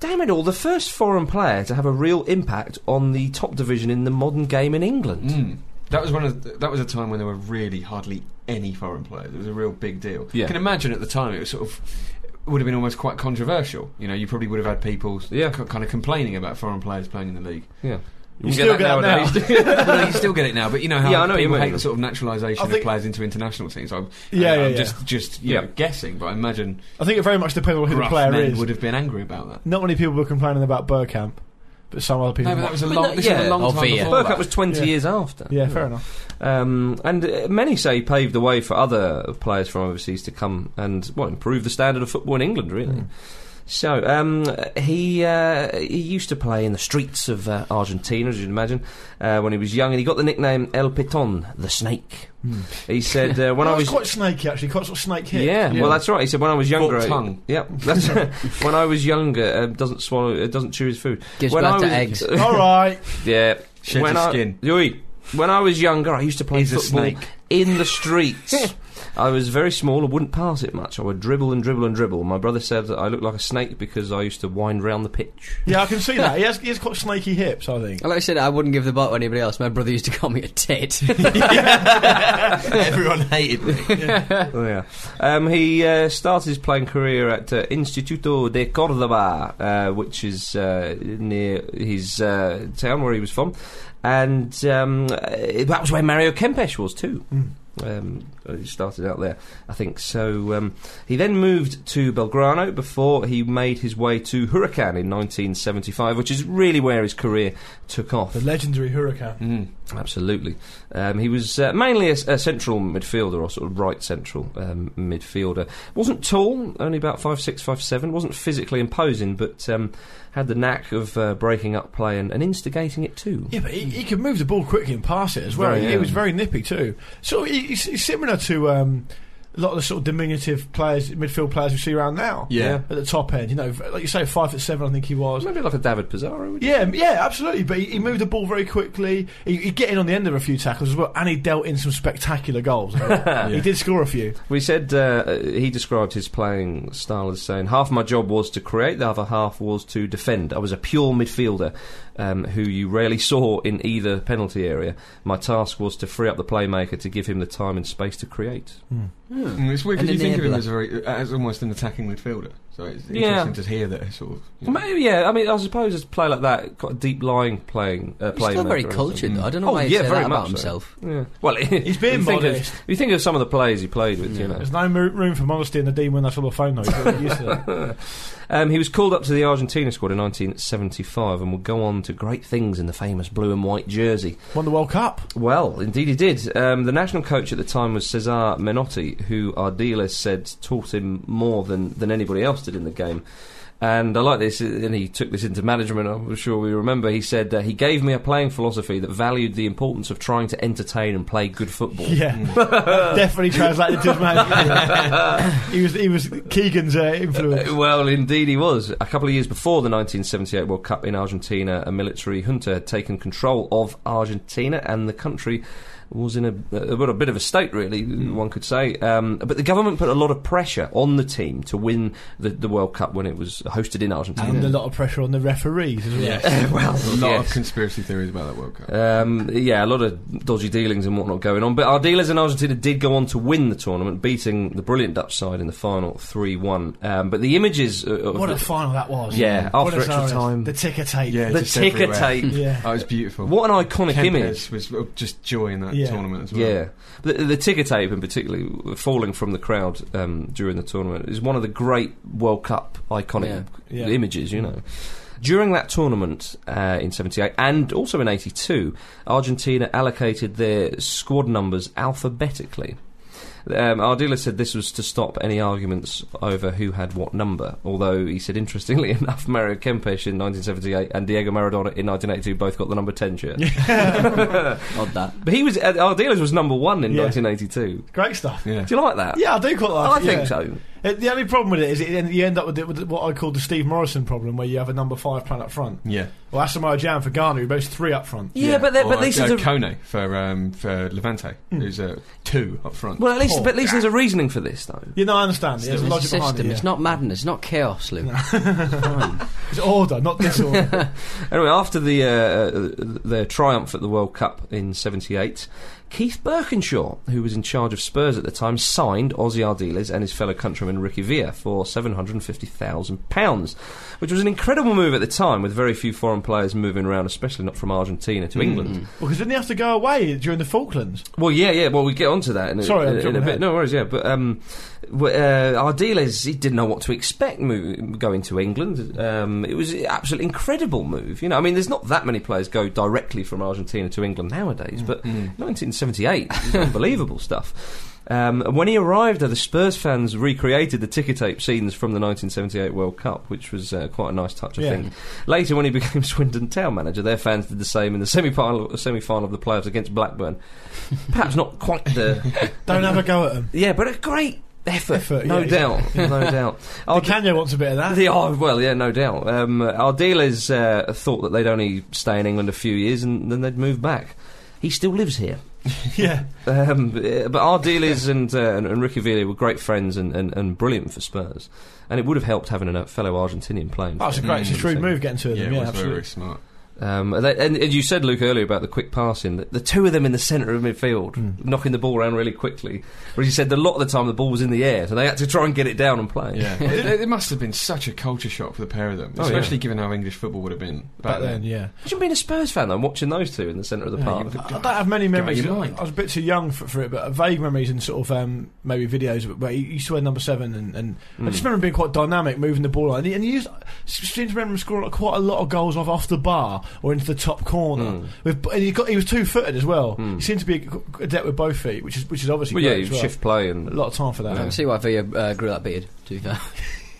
damn it all, the first foreign player to have a real impact on the top division in the modern game in England.
Hmm.
Mm. That was one of the, that was a time when there were really hardly any foreign players. It was a real big deal.
Yeah.
You can imagine at the time it was sort of it would have been almost quite controversial. You know, you probably would have had people
Yeah.
k- kind of complaining about foreign players playing in the league.
Yeah.
You still get that
well, you still get it now, but you know how
Yeah, I know what you
people
mean.
hate the sort of naturalisation
I
of
think-
players into international teams. I'm,
Yeah,
I'm
yeah, yeah.
just just you
Yeah.
know, guessing, but I imagine
I think it very much depends on who the
gruff
player
men
is.
would have been angry about that.
Not many people were complaining about Burkamp, but some other people.
No, but that was a
But
long,
no,
this
yeah,
was a long
of
time
the year.
before
Burkamp
that.
was 20
Yeah.
years after.
yeah, fair enough.
Um, and uh, many say paved the
Mm.
way for other players from overseas to come and well improve the standard of football in England. Really, So um, he uh, he used to play in the streets of uh, Argentina, as you'd imagine, uh, when he was young, and he got the nickname El Piton, the Snake. He said uh, when
Well,
I
it's
was
Mm. quite snaky, actually, quite sort of snake hit.
yeah, well, that's right. He said when I was younger,
Forked tongue.
Yep, that's when I was younger. Um, doesn't swallow, uh, doesn't chew his food.
Gives
when
birth
I
to
was,
eggs.
All right.
Yeah,
Sheds
when
his
I,
skin.
Oi, when I was younger, I used to play
He's a
football
snake.
in the streets. I was very small and wouldn't pass it much. I would dribble and dribble and dribble. My brother said that I looked like a snake because I used to wind round the pitch.
Yeah, I can see that. He has, he has quite snaky hips, I think.
Like I said, I wouldn't give the ball to anybody else. My brother used to call me a tit.
Everyone hated me.
Oh, yeah. Um, he uh, started his playing career at uh, Instituto de Córdoba, uh, which is uh, near his uh, town where he was from. And um, uh, that was where Mario Kempes was too. Um, he started out there, I think. So um, he then moved to Belgrano before he made his way to Huracan in 1975, which is really where his career took off.
The legendary Hurricane.
Mm.
Absolutely. Um, he was uh, mainly a, s- a central midfielder or sort of right central um, midfielder. Wasn't tall, only about five six, five seven. Wasn't physically imposing, but um, had the knack of uh, breaking up play and, and instigating it too.
Yeah, but he, he could move the ball quickly and pass it as well.
Very,
he,
yeah.
he was very nippy too. So he, he's, he's similar to um, a lot of the sort of diminutive players, midfield players we see around now.
Yeah.
at the top end, you know, v- like you say, five foot seven, I think he was.
Maybe like a David Pizarro. would you-
Yeah, yeah, absolutely. But he, he moved the ball very quickly. He, he'd get in on the end of a few tackles as well, and he dealt in some spectacular goals. He did score a few.
We said uh, he described his playing style as saying, half my job was to create, the other half was to defend. I was a pure midfielder um, who you rarely saw in either penalty area. My task was to free up the playmaker to give him the time and space to create.
Mm, it's weird
An
because you think of him
enabler.
as a very, uh, as almost an attacking midfielder. So it's
Yeah.
interesting to hear that sort of. you know.
Maybe, yeah, I mean, I suppose it's play like that, quite a deep lying playing. Uh,
He's still
playmaker
very
or
cultured, though. I don't know
Oh,
why he
yeah,
said
very
that
much
about
so.
himself.
something. Yeah. Well, he's
being
you think
modest.
Of, you think of some of the players he played with, you know.
There's no mo- room for modesty in the D when that's all the phone noise. You're used to that.
Um, he was called up to the Argentina squad in 1975 and would go on to great things in the famous blue and white jersey.
Won the World Cup.
Well, indeed he did. Um, the national coach at the time was Cesar Menotti, who our dealer said taught him more than, than anybody else did in the game. And I like this, and he took this into management, I'm sure we remember. He said, uh, He gave me a playing philosophy that valued the importance of trying to entertain and play good football.
Yeah, definitely translated to his man. he was he was Keegan's uh, influence.
Uh, Well, indeed he was. A couple of years before the 1978 World Cup in Argentina, a military junta had taken control of Argentina, and the country was in a, a, well, a bit of a state, really,
Hmm.
one could say. Um, but the government put a lot of pressure on the team to win the, the World Cup when it was hosted in
And
Argentina.
a lot of pressure on the referees as well.
Yes.
well,
a lot
yes.
of conspiracy theories about that World Cup.
Uh,
Um, yeah, a lot of dodgy dealings and whatnot going on. But our dealers in Argentina did go on to win the tournament, beating the brilliant Dutch side in the final 3 1. Um, but the images. uh, Of
What
the,
a final that was.
Yeah,
Buenos
after extra
Aires,
time.
The ticker tape.
Yeah.
the
Just
ticker
everywhere.
tape.
Yeah.
Oh, it's beautiful.
What an iconic image.
Kempes was uh, just joy in that
Yeah.
tournament as well.
Yeah, the, the ticker tape, and particularly falling from the crowd um, during the tournament, is one of the great World Cup iconic
Yeah. Yeah.
images. You know, during that tournament uh, in '78 and also in '82, Argentina allocated their squad numbers alphabetically. Um, our dealer said this was to stop any arguments over who had what number. Although he said, interestingly enough, Mario Kempes in 1978 and Diego Maradona in 1982 both got the number 10 shirt.
Odd that.
But he was uh, our dealers was number one in
Yeah.
1982.
Great stuff.
Yeah.
Do you like that? Oh,
Yeah, I do quite like
I
it.
think
yeah.
so.
Uh, The only problem with it is it, you end up with, it, with what I call the Steve Morrison problem, where you have a number five playing up front.
Yeah.
Or Asamoah Jan for Ghana, who boasts three up front.
Yeah, but, there,
Or,
but at least
uh,
there's a,
Kone for um, for Levante,
Hmm.
who's uh, two up front.
well, at least
Oh.
but at least there's a reasoning for this though.
You know, I understand. Yeah, there's a
There's a
logic behind
system.
it. yeah.
It's not madness. It's not chaos, Luke.
It's order, not disorder.
Anyway, after the uh, uh, their triumph at the World Cup in '78, Keith Birkinshaw, who was in charge of Spurs at the time, signed Aussie Ardiles and his fellow countryman Ricky Villa for seven hundred and fifty thousand pounds, which was an incredible move at the time, with very few foreign players moving around, especially not from Argentina
Hmm.
to England.
because didn't he have to go away during the Falklands?
Well, yeah, yeah. Well, we get onto that in a,
Sorry, I'm
in, in
jumping
a bit.
ahead.
No worries, yeah. But um, w- uh, our deal is he didn't know what to expect move, going to England. Um, it was an absolutely incredible move. You know, I mean, there's not that many players go directly from Argentina to England nowadays, but 1978, it was unbelievable stuff. Um, and when he arrived, there, the Spurs fans recreated the ticker tape scenes from the 1978 World Cup, which was uh, quite a nice touch, I
Yeah.
think. Later, when he became Swindon Town manager, their fans did the same in the semi-final, semi-final of the playoffs against Blackburn. Perhaps not quite the
Don't have a go at them.
yeah, but a great effort,
Effort,
no
yeah,
doubt, no doubt.
Oh,
Our d-
Canyo wants a bit of that.
the- oh, well, yeah, no doubt. Um, our dealers uh, thought that they'd only stay in England a few years and then they'd move back. He still lives here.
yeah.
Um, but but our dealers and, uh, and and Ricky Villa were great friends and, and, and brilliant for Spurs, and it would have helped having a fellow Argentinian playing.
That's a
for
great, Oh, it's a
them.
shrewd move getting two of
yeah,
them.
it
Yeah,
was very,
absolutely.
very smart.
Um, and, they- and, and you said, Luke, earlier about the quick passing. The, the two of them in the centre of midfield, knocking the ball around really quickly. Whereas you said that a lot of the time the ball was in the air, so they had to try and get it down and play.
Yeah, it, it must have been such a culture shock for the pair of them,
Oh, yeah.
especially given how English football would have been back,
Back then, yeah.
Imagine being a Spurs fan, though, watching those two in the centre of the park.
I don't have many memories.
your mind.
I was a bit too young for, for it, but vague memories and sort of um, maybe videos. of it, But he he used to wear number seven, and, and I
Hmm.
just remember him being quite dynamic, moving the ball. on. And he, and he used, seems to remember him scoring like quite a lot of goals off off the bar or into the top corner.
Hmm.
With, and he got he was two footed as well. He seemed to be adept with both feet, which is which is obviously
Well, yeah,
great
you
as well.
shift play
A
and
lot of time for that.
I can see why Villa uh, grew that beard, to be fair.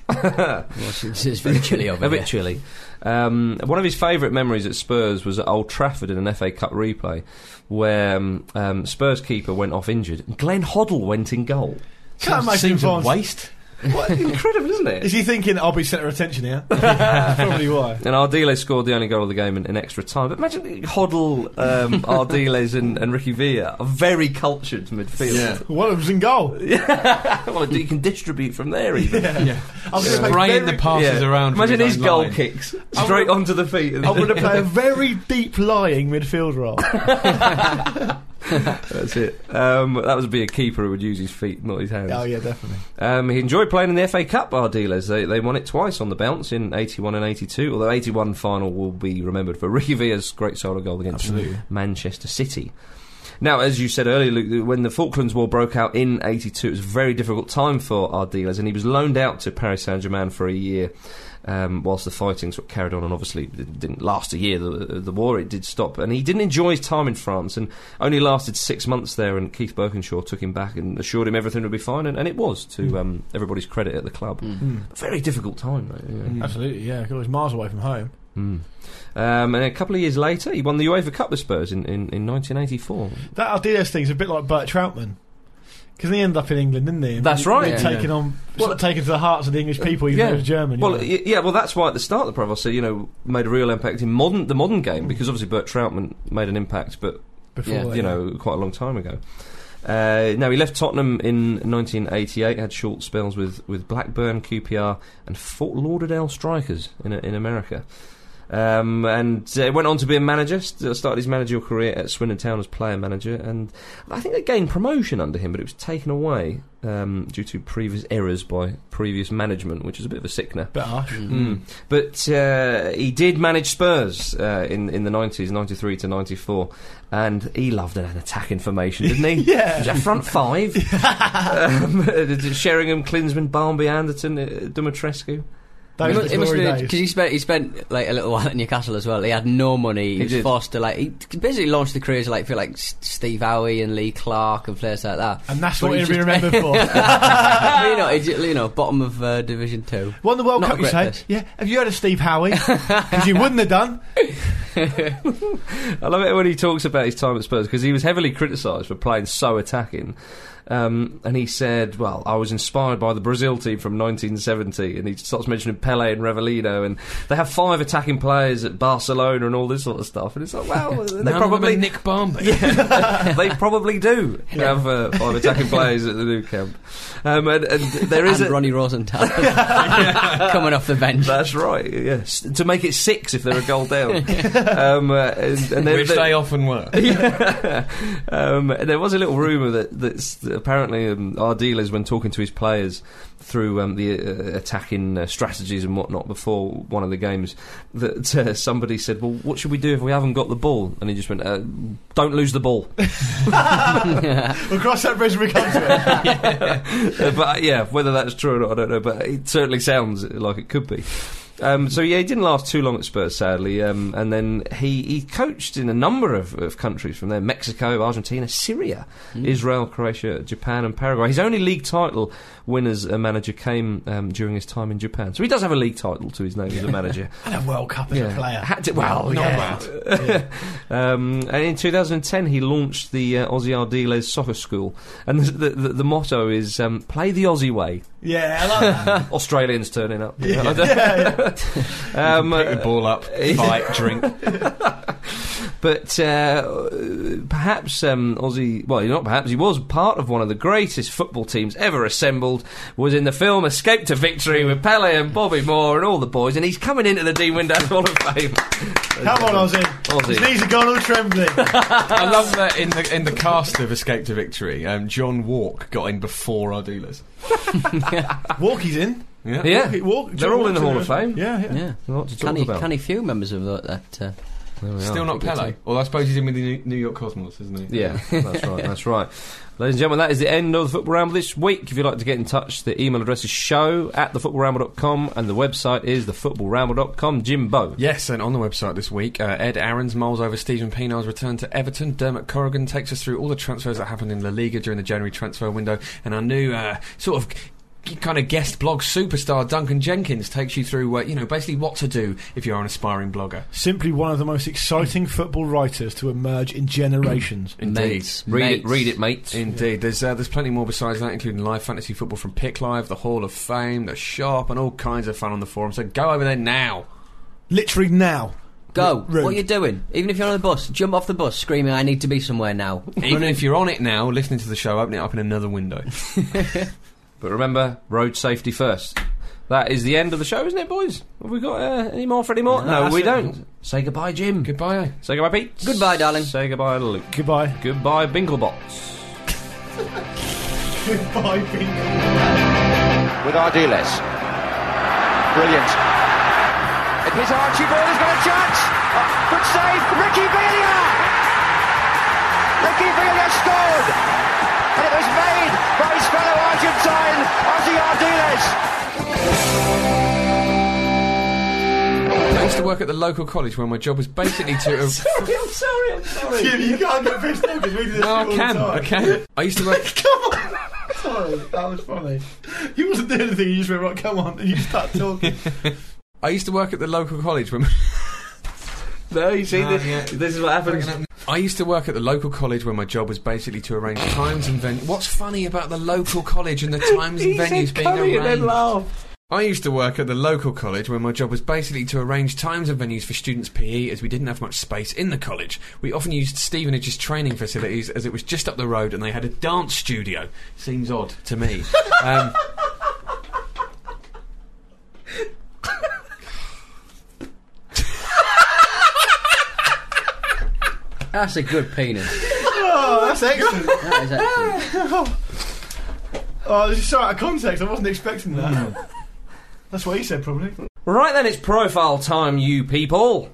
well, it's, it's very chilly over
a
here.
bit chilly. Um, one of his favourite memories at Spurs was at Old Trafford in an FA Cup replay, where um, um, Spurs keeper went off injured. and Glenn Hoddle went in goal.
Can't
Seems-
make
seems a
him fast.
waste.
What incredible, isn't it?
Is he thinking I'll be centre of attention here? That's probably why.
And Ardiles scored the only goal of the game in, in extra time. But imagine Hoddle, um, Ardiles, and, and Ricky Villa are very cultured midfield.
Well, it was in goal.
well, you can distribute from there even.
I was gonna say
Spraying the
very-
passes
Yeah.
around. from
Imagine his
own
goal
line.
kicks straight onto the feet.
I'm going to play a very deep lying midfield role.
That's it. Um, that would be a keeper who would use his feet, not his hands.
oh yeah, definitely.
Um, he enjoyed playing in the FA Cup, our dealers. They, they won it twice on the bounce in 81 and 82, although 81 final will be remembered for Ricky Villa's great solo goal against Manchester City. Now, as you said earlier, Luke, when the Falklands War broke out in 82, it was a very difficult time for our dealers, and he was loaned out to Paris Saint Germain for a year um, whilst the fighting sort of carried on, and obviously it didn't last a year, the, the war, it did stop. And he didn't enjoy his time in France and only lasted six months there. And Keith Birkinshaw took him back and assured him everything would be fine, and, and it was to um, everybody's credit at the club. Very difficult time, though. yeah.
Absolutely, yeah. Because it's miles away from home.
Mm. Um, and a couple of years later, he won the UEFA Cup with Spurs in, in, in 1984.
That Ardiles thing's a bit like Bert Troutman. Because he ended up in England, didn't he? And
That's
he-
right,
he'd
yeah.
Taken on, sort of taken to the hearts of the English people, even
yeah.
though he was German.
Well,
you
y-
know.
yeah, well, that's why at the start of the prof, I said, you know, made a real impact in modern the modern game because obviously Bert Troutman made an impact, but
before
yeah,
that,
you know, quite a long time ago. Uh, now he left Tottenham in 1988. Had short spells with, with Blackburn, QPR, and Fort Lauderdale Strikers in in America. Um, and uh, went on to be a manager. St- uh, started his managerial career at Swindon Town as player manager, and I think they gained promotion under him, but it was taken away um, due to previous errors by previous management, which is a bit of a sickener.
bit harsh.
Mm. But uh, he did manage Spurs uh, in in the nineties, ninety three to ninety four, and he loved an attacking formation, didn't he?
Yeah.
A front five: um, Sheringham, Klinsman, Barnby, Anderton, uh, Dumitrescu.
Those
It
were
must-
the
it must
glory
be
days.
because he spent he spent like a little while at Newcastle as well. He had no money. He, was
did.
forced to like he basically launched the careers of, like for like S- Steve Howie and Lee Clark and players like that.
and that's
But
what
he
he'll be
just-
remembered for.
But, you know, he ju- you know, bottom of uh, Division Two.
Won the World
Not
Cup, you
regret this.
say? Yeah. Have you heard of Steve Howie? Because you wouldn't have done.
I love it when he talks about his time at Spurs because he was heavily criticised for playing so attacking. Um, and he said, "Well, I was inspired by the Brazil team from 1970." And he starts mentioning Pele and Revelino, and they have five attacking players at Barcelona and all this sort of stuff. And it's like, well, they
None of them are
probably
Nick Barmby.
yeah, they probably do have uh, five attacking players at the new camp. Um, and, and there is
and
a,
Ronnie Rosenthal coming off the bench.
that's right. Yes, to make it six if they're a goal down. um, uh, and, and there-
Which
there-
they often were.
Yeah. um, there was a little rumor that that S- apparently um, our dealers, when talking to his players through um, the uh, attacking uh, strategies and whatnot before one of the games, that uh, somebody said, "Well, what should we do if we haven't got the ball?" And he just went, uh, "Don't lose the ball."
We'll cross that bridge when we come to it.
Uh, but uh, yeah, whether that's true or not, I don't know. But it certainly sounds like it could be. Um, so yeah, he didn't last too long at Spurs, sadly. Um, and then he, he coached in a number of, of countries from there: Mexico, Argentina, Syria, Israel, Croatia, Japan, and Paraguay. His only league title win as a manager came um, during his time in Japan. So he does have a league title to his name as a manager.
And a World Cup as a player.
Had to, well,
Not
yeah. um, and in 2010, he launched the uh, Aussie Ardiles Soccer School, and the, the, the motto is um, "Play the Aussie way."
Yeah, I like that.
Australians turning up.
Yeah, yeah,
um,
Pick the
uh,
ball up, fight, drink.
but uh, perhaps um, Aussie, well, not perhaps, he was part of one of the greatest football teams ever assembled, was in the film Escape to Victory with Pele and Bobby Moore and all the boys, and he's coming into the Dean Windass Hall of Fame.
Come on, Ozzy.
Aussie.
His knees are gone all trembling.
I love that in the in the cast of Escape to Victory, um, John Walk got in before our dealers.
Walkie's in.
Yeah.
Yeah.
Walkie- Walk,
They're all in the Hall of Fame.
Yeah, yeah.
Yeah.
A lot to talk
Canny,
about.
canny few members of that. that uh,
Still not Pele. Although I suppose he's in with the New- New York Cosmos, isn't he?
Yeah, that's right, that's right. Ladies and gentlemen, that is the end of the Football Ramble this week. If you'd like to get in touch, the email address is show at thefootballramble.com and the website is thefootballramble.com. Jimbo.
Yes, and on the website this week, uh, Ed Aaron's moles over Stephen Pienaar's return to Everton. Dermot Corrigan takes us through all the transfers that happened in La Liga during the January transfer window, and our new uh, sort of. Kind of guest blog superstar Duncan Jenkins takes you through, uh, you know, basically what to do if you're an aspiring blogger.
Simply one of the most exciting football writers to emerge in generations.
Mates.
Read it,
Mates.
read it, mate.
Indeed, there's uh, there's plenty more besides that, including live fantasy football from Pick Live, the Hall of Fame, the shop, and all kinds of fun on the forum. So go over there now.
Literally now.
Go.
Rude.
What are you doing? Even if you're on the bus, jump off the bus screaming, I need to be somewhere now.
Even if you're on it now, listening to the show, open it up in another window.
But remember, road safety first. That is the end of the show, isn't it, boys? Have we got uh, any more for any more? No,
that's
we
it.
don't. Say goodbye, Jim.
Goodbye.
Say goodbye, Pete.
Goodbye, darling.
Say goodbye, Luke.
Goodbye.
Goodbye, Binglebots.
Goodbye, Bingo.
with Ardiles. Brilliant. Here's Archibald, he's got a chance. Oh, good save, Ricky Villa. Ricky Villa scored. And it was made by his fellow Argentine, Ozzy Ardiles.
I used to work at the local college where my job was basically to.
I'm sorry, I'm sorry.
Jim, you can't get pissed off because we do this
no,
all
I Oh, can.
the time.
I can. I used to work.
Come on. Sorry, that was funny. You wasn't doing anything. You just went right. Come on, and you start talking.
I used to work at the local college when.
No, you see,
No,
this,
yeah.
this is what happens.
I used to work at the local college where my job was basically to arrange times and venues. What's funny about the local college and the times and venues being arranged? I used to work at the local college where my job was basically to arrange times and venues for students' PE as we didn't have much space in the college. We often used Stevenage's training facilities as it was just up the road and they had a dance studio. Seems odd to me. um,
That's a good penis.
Oh, that's excellent.
That is excellent.
Oh, this is so out of context. I wasn't expecting that. That's what he said, probably.
Right then, it's profile time, you people.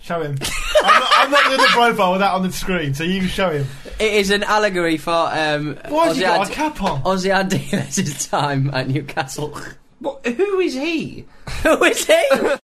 Show him. I'm not, I'm not doing the profile with that on the screen, so you can show him.
It is an allegory for um,
Why has he
Ozzy
got a
Ad-
cap on?
Ozzy Ardiles' time at Newcastle.
What, who is he?
Who is he?